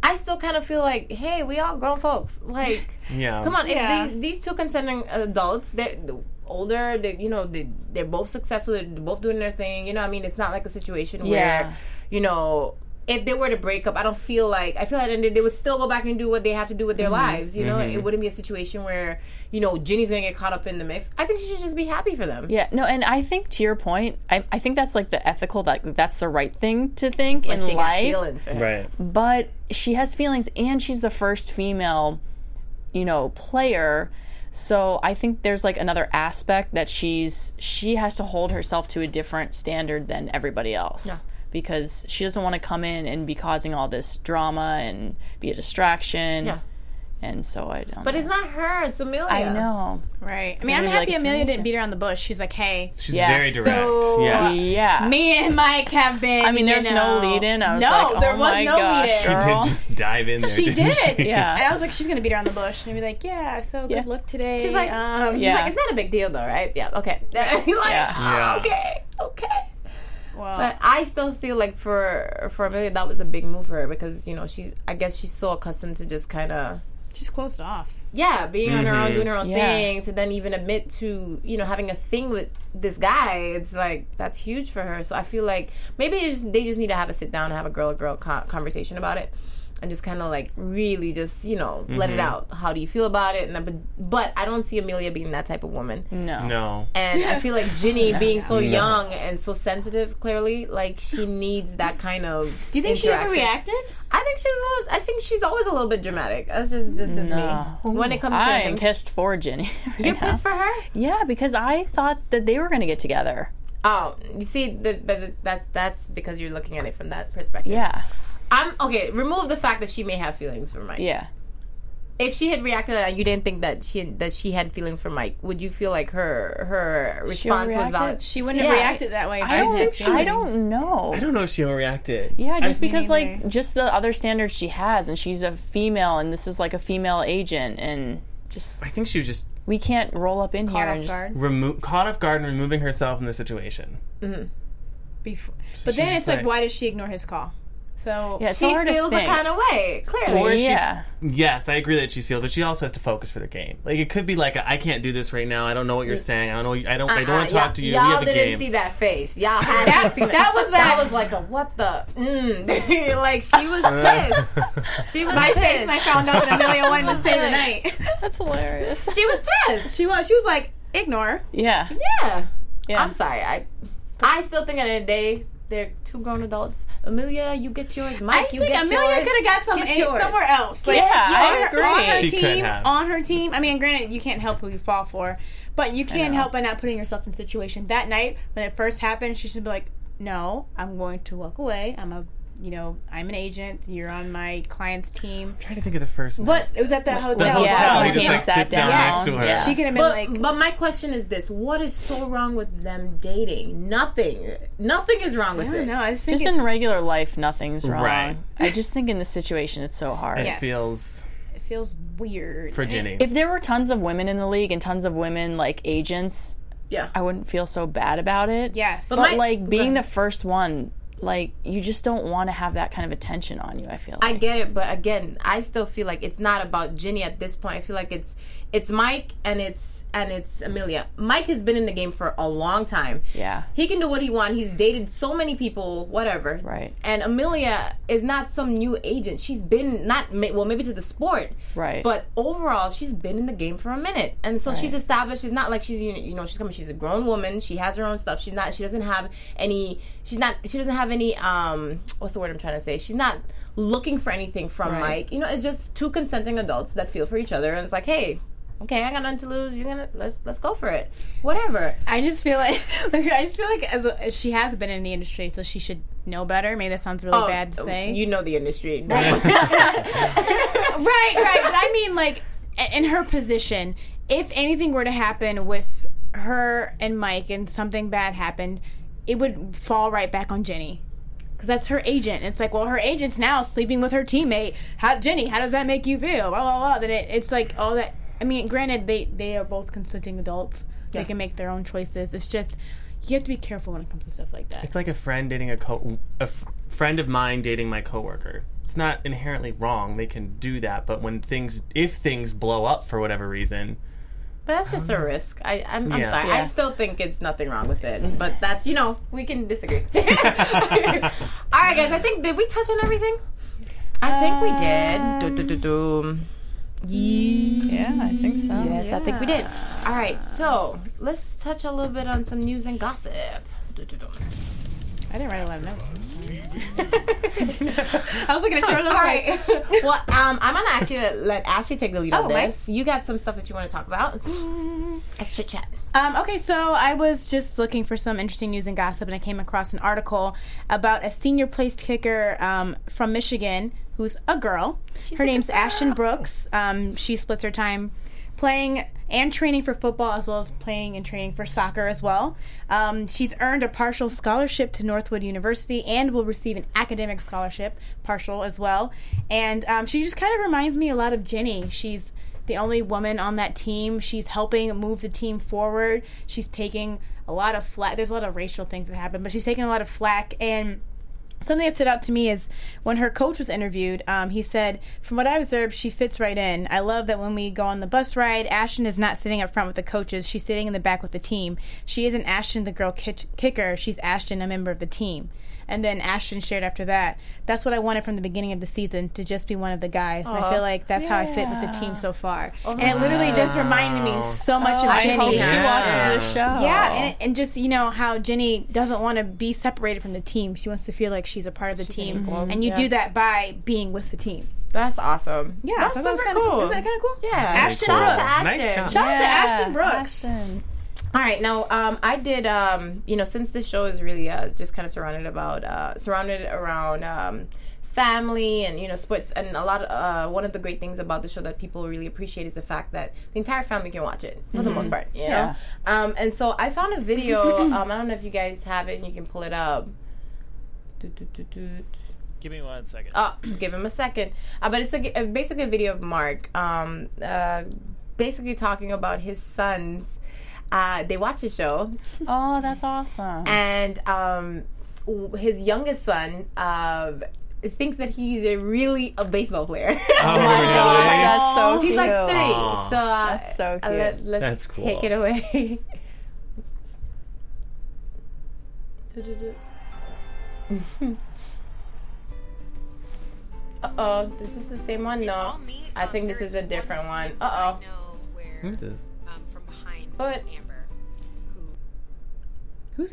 C: I still kind of feel like, hey, we all grown folks. Like,
D: Yeah.
C: come on,
E: Yeah.
C: if these, these two consenting adults, they're the older, they, you know, they, they're both successful, they're both doing their thing. You know, what I mean, it's not like a situation
F: Yeah.
C: where, you know. If they were to break up, I don't feel like I feel like they, they would still go back and do what they have to do with their
F: Mm-hmm.
C: lives. You know,
D: Mm-hmm.
C: it wouldn't be a situation where you know Ginny's gonna get caught up in the mix. I think she should just be happy for them.
F: Yeah, no, and I think to your point, I, I think that's like the ethical, that that's the right thing to think in
C: she got
F: life.
C: feelings for him.
D: right.
F: but she has feelings and she's the first female you know player so i think there's like another aspect that she's she has to hold herself to a different standard than everybody else because she doesn't want to come in and be causing all this drama and be a distraction
C: Yeah.
F: and so i don't
C: But it's not her. It's Amelia.
F: i know
E: right. I mean, I'm
F: really
E: happy
F: like
E: Amelia
F: Amelia.
E: didn't beat her on the bush. She's like, hey,
D: She's
F: Yeah.
D: very direct.
E: So-
C: uh,
D: yes.
F: yeah
E: [LAUGHS] me and Mike have been.
F: i mean there's
E: you know-
F: no lead in i was
E: no,
F: like oh
E: there was
F: my
E: no
F: gosh,
E: lead in.
D: She did
F: girl.
D: just dive in there.
E: She
D: didn't
E: did.
D: She?
F: Yeah.
E: And I was like, she's gonna beat her on the bush, and be like, yeah, so good
F: Yeah.
E: luck today.
C: She's like,
E: um,
C: she's
F: yeah.
C: like, it's not a big deal though, right? Yeah. Okay. [LAUGHS] like,
D: Yeah.
C: "Oh, okay, okay.
E: well,
C: But I still feel like for for Amelia, that was a big move for her because you know she's I guess she's so accustomed to just kind of
E: she's closed off.
C: yeah being on her own, doing her own
F: Yeah.
C: thing, to then even admit to you know having a thing with this guy. It's like that's huge for her. So I feel like maybe they just, they just need to have a sit down and have a girl to girl co- conversation about it. and just kind of like really just you know let it out. How do you feel about it? And then, but, but I don't see Amelia being that type of woman.
F: no
D: [LAUGHS] No.
C: And I feel like Ginny
E: [LAUGHS]
C: being so young and so sensitive, clearly, like she needs that kind of.
E: Do you think she ever
C: interaction.
E: reacted?
C: I think she was. A little, I think she's always a little bit dramatic. That's just just, just me. When it comes to
F: i am
C: anything.
F: pissed for jenny [LAUGHS] right
C: you're
F: now.
C: pissed for her.
F: Yeah, because I thought that they were going to get together.
C: Oh, you see, the, but the, that's that's because you're looking at it from that perspective.
F: Yeah,
C: I'm okay. Remove the fact that she may have feelings for Mike.
F: yeah.
C: If she had reacted and you didn't think that she that she had feelings for Mike, would you feel like her her response was
F: reacted?
C: valid?
E: She wouldn't
C: Yeah.
E: have reacted that way. if
F: I
E: she
F: don't
E: had
F: think she. I
E: feelings.
F: don't know.
D: I don't know if she overreacted.
F: Yeah, just
D: I-
F: because
E: neither.
F: like just the other standards she has, and she's a female, and this is like a female agent, and just
D: I think she was just
F: we can't roll up in here
E: Caught
F: and
E: off
F: just
E: guard.
D: remo- caught off guard and removing herself from the situation.
E: Before. But then it's like,
D: like-
E: why does she ignore his call? So
F: yeah, it's so
C: She
F: hard
C: feels
F: to
C: a
F: think.
C: kind of way, clearly.
D: Or she's-
F: yeah.
D: Yes, I agree that she feels, but she also has to focus for the game. Like it could be like, I I can't do this right now. I don't know what you're saying. I don't. Know, I don't. I don't want to
C: Uh-uh,
D: talk
C: y'all-
D: to you. We
C: Y'all
D: have a
C: didn't
D: game. [LAUGHS]
C: see that face. Y'all had
E: That-
C: to see that.
E: that was
C: that
E: that-
C: was like a what the mm. [LAUGHS] like she was
D: Uh.
C: pissed. She was
E: my
C: pissed.
E: face, and I found out that Amelia wanted [LAUGHS] to stay the
C: Right.
E: night.
F: That's hilarious.
C: she was pissed.
E: She was. She was like, ignore.
F: [LAUGHS] Yeah.
C: Yeah.
F: Yeah.
C: I'm sorry. I I still think at the end of the day they're two grown adults. Amelia, you get yours. Mike, you get
E: Amelia
C: yours.
E: could have got some
C: Get
E: aid
C: yours.
E: somewhere else. Like,
F: Yeah, I
E: on her- On her,
F: agree.
D: She could
E: team,
D: have.
E: on her team. I mean, granted, you can't help who you fall for, but you can
F: know.
E: help by not putting yourself in a situation. That night when it first happened, she should be like, "No, I'm going to walk away. I'm a, you know, I'm an agent. You're on my client's team."
D: trying to think of the first.
E: But it was at that
D: the
E: hotel.
D: hotel?
F: Yeah,
D: he just
F: yeah.
D: like
F: Sat
D: sits down
F: down.
D: next to her.
F: Yeah.
E: She could have been
C: But,
E: like,
C: but my question is this: What is so wrong with them dating? Nothing. Nothing is wrong with
E: "I
C: it.
E: don't know. I just think
F: Just
E: it,
F: in regular life, nothing's wrong.
D: Right.
F: I just think in this situation, it's so hard.
D: It
E: Yes.
D: feels
E: it feels weird."
D: for Ginny.
F: If there were tons of women in the league and tons of women like agents,
C: Yeah.
F: I wouldn't feel so bad about it.
E: Yes,
F: But
C: My-
F: like being the first one, like you just don't want to have that kind of attention on you. I feel.
C: I
F: Like.
C: get it, but again, I still feel like it's not about Ginny at this point. I feel like it's it's Mike and it's and it's Amelia. Mike has been in the game for a long time.
F: Yeah.
C: He can do what he wants. He's dated so many people, whatever.
F: Right.
C: And Amelia is not some new agent. She's been not ma- well, maybe to the sport.
F: Right.
C: But overall, she's been in the game for a minute, and so she's established. She's not like she's you you know she's coming. She's a grown woman. She has her own stuff. She's not. She doesn't have any. She's not. She doesn't have any. Um, what's the word I'm trying to say? She's not looking for anything from Mike. You know, it's just two consenting adults that feel for each other, and it's like, hey. Okay, I got nothing to lose. You're gonna let's let's go for it. Whatever.
E: I just feel like, [LAUGHS] like I just feel like as, a, as she has been in the industry, so she should know better. Maybe that sounds really bad to
C: Oh,
E: say.
C: You know the industry.
E: right, right. But I mean, like, i- in her position, if anything were to happen with her and Mike and something bad happened, it would fall right back on Jenny. Because that's her agent. It's like, well, her agent's now sleeping with her teammate. How, Jenny, how does that make you feel? Blah, blah, blah. Then it, it's like all that. I mean, granted, they, they are both consenting adults. They can make their own choices. It's just, you have to be careful when it comes to stuff like that.
D: It's like a friend dating a co a f- friend of mine dating my coworker. It's not inherently wrong. They can do that, but when things if things blow up for whatever reason,
C: But that's just a risk. I, I'm, I'm
D: Um, Yeah.
C: sorry. I
F: Yeah.
C: still think it's nothing wrong with it. But that's, you know, we can disagree. [LAUGHS] All right, guys. I think, did we touch on everything? Um, I think we did. Do, do, do, do.
F: Yeah, I think so.
C: Yes, I think we did. All right, so let's touch a little bit on some news and gossip. Do, do, do.
E: I didn't write a lot of notes. I was looking at yours. I
C: [LAUGHS]
E: was
C: All
E: like,
C: right. well, um, I'm gonna actually let Ashley take the lead on
E: Oh,
C: this.
E: okay.
C: You got some stuff that you want to talk about? Let's chit chat.
E: Um, okay, so I was just looking for some interesting news and gossip, and I came across an article about a senior place kicker um, from Michigan who's a girl. her name's Ashton Brooks. Um, she splits her time playing and training for football as well as playing and training for soccer as well. Um, she's earned a partial scholarship to Northwood University and will receive an academic scholarship, partial as well. And um, she just kind of reminds me a lot of Jenny. She's the only woman on that team. She's helping move the team forward. She's taking a lot of flack. There's a lot of racial things that happen, but she's taking a lot of flack. And something that stood out to me is when her coach was interviewed, um, he said, From what I observed, she fits right in. I love that when we go on the bus ride, Ashton is not sitting up front with the coaches. She's sitting in the back with the team. She isn't Ashton, the girl kick- kicker. She's Ashton, a member of the team. And then Ashton shared after that, that's what I wanted from the beginning of the season to just be one of the guys. And I feel like that's how I fit with the team so far. and it literally just reminded me so much
F: Oh,
E: of
F: I hope
E: Jenny.
F: she
D: Yeah.
F: watches this show.
E: Yeah, and, and just you know how Jenny doesn't want to be separated from the team. She wants to feel like she's a part of the team, and you do that by being with the team.
C: That's awesome.
E: Yeah,
C: that's
E: so that was
C: super
E: kinda
C: cool.
E: Isn't that kind of cool?
C: Yeah.
E: Ashton
C: Shout out
E: Brooks.
C: to Ashton.
D: Nice job.
E: Shout out to Ashton Brooks.
C: All right, now um, I did. Um, you know, since this show is really uh, just kind of surrounded about uh, surrounded around um, family and you know sports, and a lot. Of, uh, one of the great things about the show that people really appreciate is the fact that the entire family can watch it for the most part. You know, um, and so I found a video. um, I don't know if you guys have it and you can pull it up. Do, do, do, do.
G: Give me one
C: [CLEARS THROAT]
G: second.
C: uh, Oh, give him a second. Uh, but it's a, basically a video of Mark um, uh, basically talking about his sons. Uh, they watch the show,
F: Oh, that's awesome.
C: and um, w- his youngest son uh, thinks that he's a really a baseball player.
D: Oh,
C: [LAUGHS]
D: really?
F: that's so
C: he's
F: cute.
C: like three.
D: Aw.
C: So uh,
F: That's so
C: uh,
F: cute.
C: let, us
D: That's cool.
C: take it away. [LAUGHS] Uh oh, is this the same one? No, I think this is a different one. Uh oh.
D: Who is this?
G: Um, from behind
C: But-
G: was Amber, who
E: Who's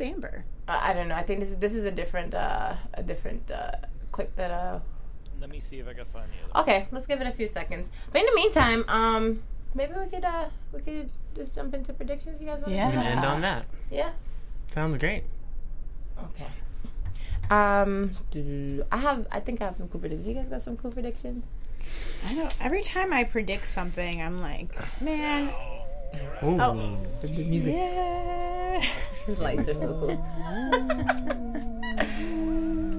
F: [LAUGHS]
E: Amber?
C: I don't know. I think this is this is a different uh, a different uh, clip that uh.
H: Let me see if I can find the other.
C: Okay, let's give it a few seconds. But in the meantime, um, maybe we could uh we could just jump into predictions. You guys want?
D: We can end on that.
C: Yeah.
D: Sounds great.
C: Okay. Um, I have. I think I have some cool predictions. You guys got some cool predictions?
E: I know. Every time I predict something, I'm like, man,
D: Ooh.
E: yeah.
C: These [LAUGHS] lights are so cool.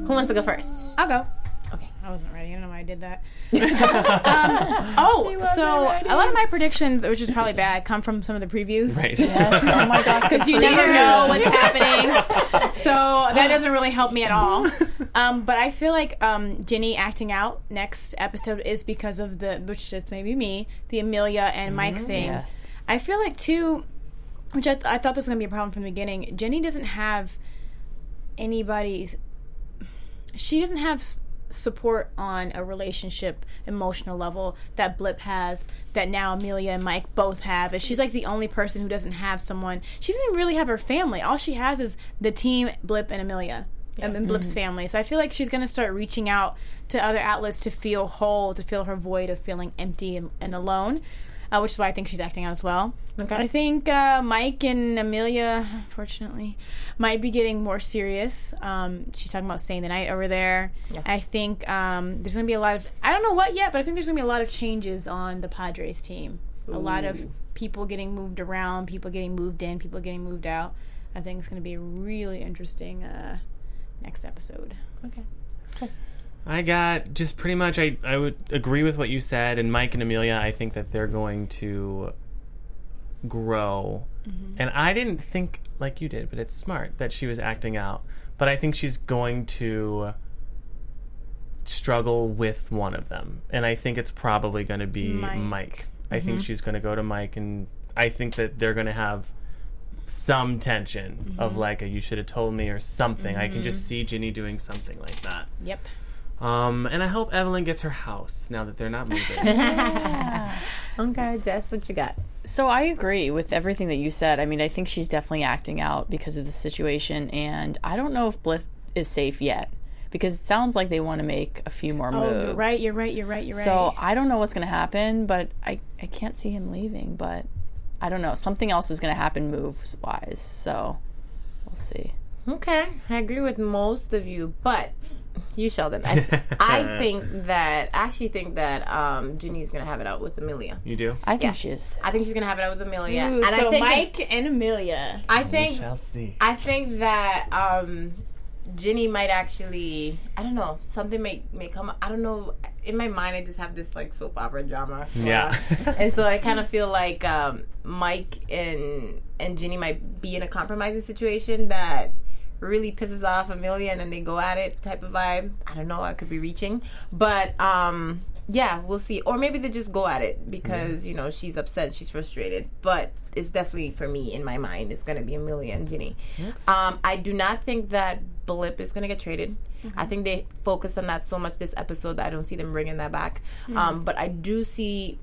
C: Who wants to go first? [LAUGHS]
E: I'll go.
C: Okay.
E: I wasn't ready. I don't know why I did that. um, oh, so a lot of my predictions, which is probably bad, come from some of the previews.
D: Right.
F: oh my
E: [LAUGHS]
F: gosh.
E: Because you never know what's happening. So that doesn't really help me at all. Um, but I feel like um, Ginny acting out next episode is because of the, which just maybe me, the Amelia and Mike thing.
F: [LAUGHS] Yes.
E: I feel like too, which I, th- I thought this was gonna be a problem from the beginning. Jenny doesn't have anybody's. She doesn't have s- support on a relationship emotional level that Blip has that now Amelia and Mike both have. And she's like the only person who doesn't have someone. She doesn't really have her family. All she has is the team Blip and Amelia. um, And Blip's family. So I feel like she's going to start reaching out to other outlets to feel whole, to fill her void of feeling empty and, and alone uh, which is why I think she's acting out as well. I think uh, Mike and Amelia, fortunately, might be getting more serious. Um, she's talking about staying the night over there. I think um, there's going to be a lot of, I don't know what yet, but I think there's going to be a lot of changes on the Padres team. A lot of people getting moved around, people getting moved in, people getting moved out. I think it's going to be a really interesting uh, next episode.
D: I got just pretty much. I I would agree with what you said, and Mike and Amelia. I think that they're going to grow, and I didn't think like you did, but it's smart that she was acting out. But I think she's going to struggle with one of them, and I think it's probably going to be
E: Mike.
D: Mike. I think she's going to go to Mike, and I think that they're going to have some tension of like a "you should have told me" or something. I can just see Ginny doing something like that.
E: Yep.
D: Um, and I hope Evelyn gets her house now that they're not moving.
C: Okay, Jess, what you got?
F: So I agree with everything that you said. I mean, I think she's definitely acting out because of the situation, and I don't know if Blip is safe yet because it sounds like they want to make a few more moves.
E: Oh, you're right, you're right, you're right, you're right.
F: So I don't know what's going to happen, but I I can't see him leaving. But I don't know. Something else is going to happen moves wise. So we'll see.
C: Okay, I agree with most of you, but you, Sheldon. I, [LAUGHS]
D: Uh,
C: I think that I actually think that um, Ginny's gonna have it out with Amelia.
D: you do?
F: I think she is.
C: I think she's gonna have it out with Amelia.
E: Ooh,
C: and
E: so
C: I think
E: Mike and Amelia.
C: I think
D: Shall see.
C: I think that um, Ginny might actually. I don't know. Something may may come. up. I don't know. In my mind, I just have this like soap opera drama. going
D: Yeah.
C: on. and so I kind of feel like um, Mike and and Ginny might be in a compromising situation that really pisses off Amelia, and then they go at it type of vibe. I don't know. I could be reaching, but. um yeah, we'll see. Or maybe they just go at it because, you know, she's upset, she's frustrated. But it's definitely for me in my mind, it's gonna be Amelia and Ginny. Um, I do not think that Blip is gonna get traded. I think they focused on that so much this episode that I don't see them bringing that back. Um, but I do see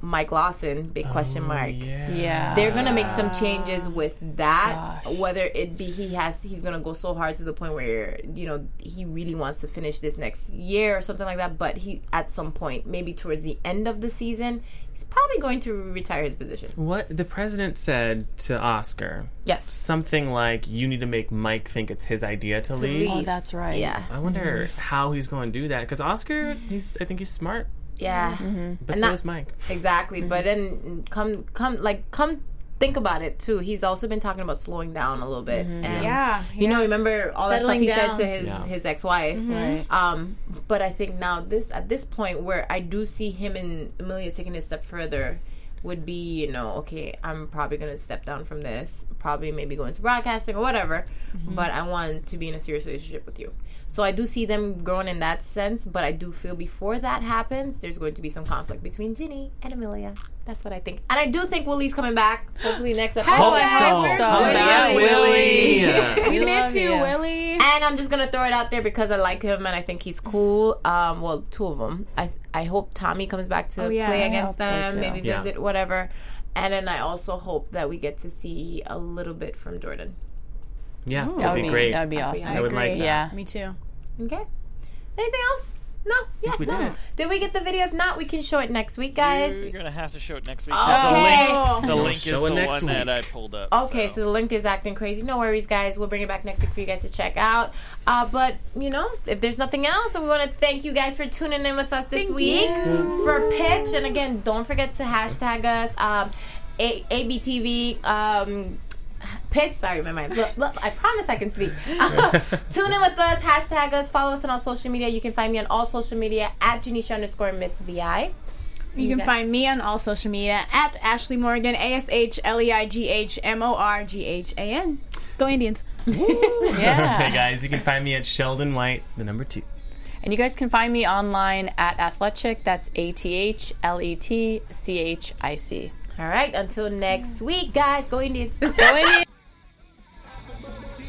C: Mike Lawson, big question
D: Oh,
C: mark.
F: Yeah.
C: They're gonna make some changes with that.
F: Gosh.
C: Whether it be he has, he's gonna go so hard to the point where you know he really wants to finish this next year or something like that. But he, at some point, maybe towards the end of the season, he's probably going to retire his position.
D: What the president said to Oscar
C: Yes.
D: something like, you need to make Mike think it's his idea to, leave.
C: leave.
F: Oh, that's right.
C: Yeah.
D: I wonder how he's going to do that because Oscar, he's I think he's smart,
C: Yeah.
D: but
C: And
D: so
C: that-
D: is Mike.
C: Exactly. But then come, come, like come. Think about it too. He's also been talking about slowing down a little bit. And
E: Yeah,
C: You know, remember all
E: Settling
C: that stuff he
E: down.
C: said to his
D: Yeah.
C: his ex wife.
F: Right.
C: Um, but I think now this at this point where I do see him and Amelia taking it a step further, would be, you know, okay, I'm probably going to step down from this, probably maybe go into broadcasting or whatever, but I want to be in a serious relationship with you. So I do see them growing in that sense, but I do feel before that happens, there's going to be some conflict between Ginny and Amelia. That's what I think. And I do think Willie's coming back, hopefully next episode.
D: Hope
E: Hashtag
D: so.
E: where's
D: Come
E: Willie?
D: back, Willie.
E: We miss
F: love
E: you,
F: you.
E: Willie.
C: And I'm just gonna throw it out there because I like him and I think he's cool. Um, well, two of them. I I hope Tommy comes back to
E: Oh, yeah.
C: play
E: I
C: against
F: hope so,
C: them,
F: too.
C: maybe
D: Yeah.
C: visit whatever. And then I also hope that we get to see a little bit from Jordan. [LAUGHS]
D: Yeah,
F: That
D: that'd be great.
F: That would be awesome.
D: I would like that.
F: yeah.
E: Me too.
C: Okay. Anything else? No. Yeah.
D: We did it.
C: Did we get the video? If not, we can show it next week, guys.
H: You're gonna have to show it next week.
E: Oh.
C: Okay.
H: The
D: We'll
H: link is the
D: show it
H: one
D: next
H: that I
D: week.
H: pulled up.
C: Okay, so the link is acting crazy. No worries, guys. We'll bring it back next week for you guys to check out. Uh, but, you know, if there's nothing else, we want to thank you guys for tuning in with us this week for Pitch. And again, don't forget to hashtag us um, A- ABTV. Um, Pitch, sorry, my mind. Look, look, I promise I can
E: [LAUGHS]
C: speak. [LAUGHS] Tune in with us, hashtag us, follow us on all social media. You can find me on all social media at Janisha underscore Miss VI.
E: You can
C: guys-
E: find me on all social media at Ashley Morgan, A S H L E I G H M O R G H A N. Go Indians.
D: [LAUGHS] hey guys, you can find me at Sheldon White, the number two.
F: And you guys can find me online at Athletic. That's A T H L E T C H I C.
C: All right, until next week, guys. Go Indians.
F: Go in.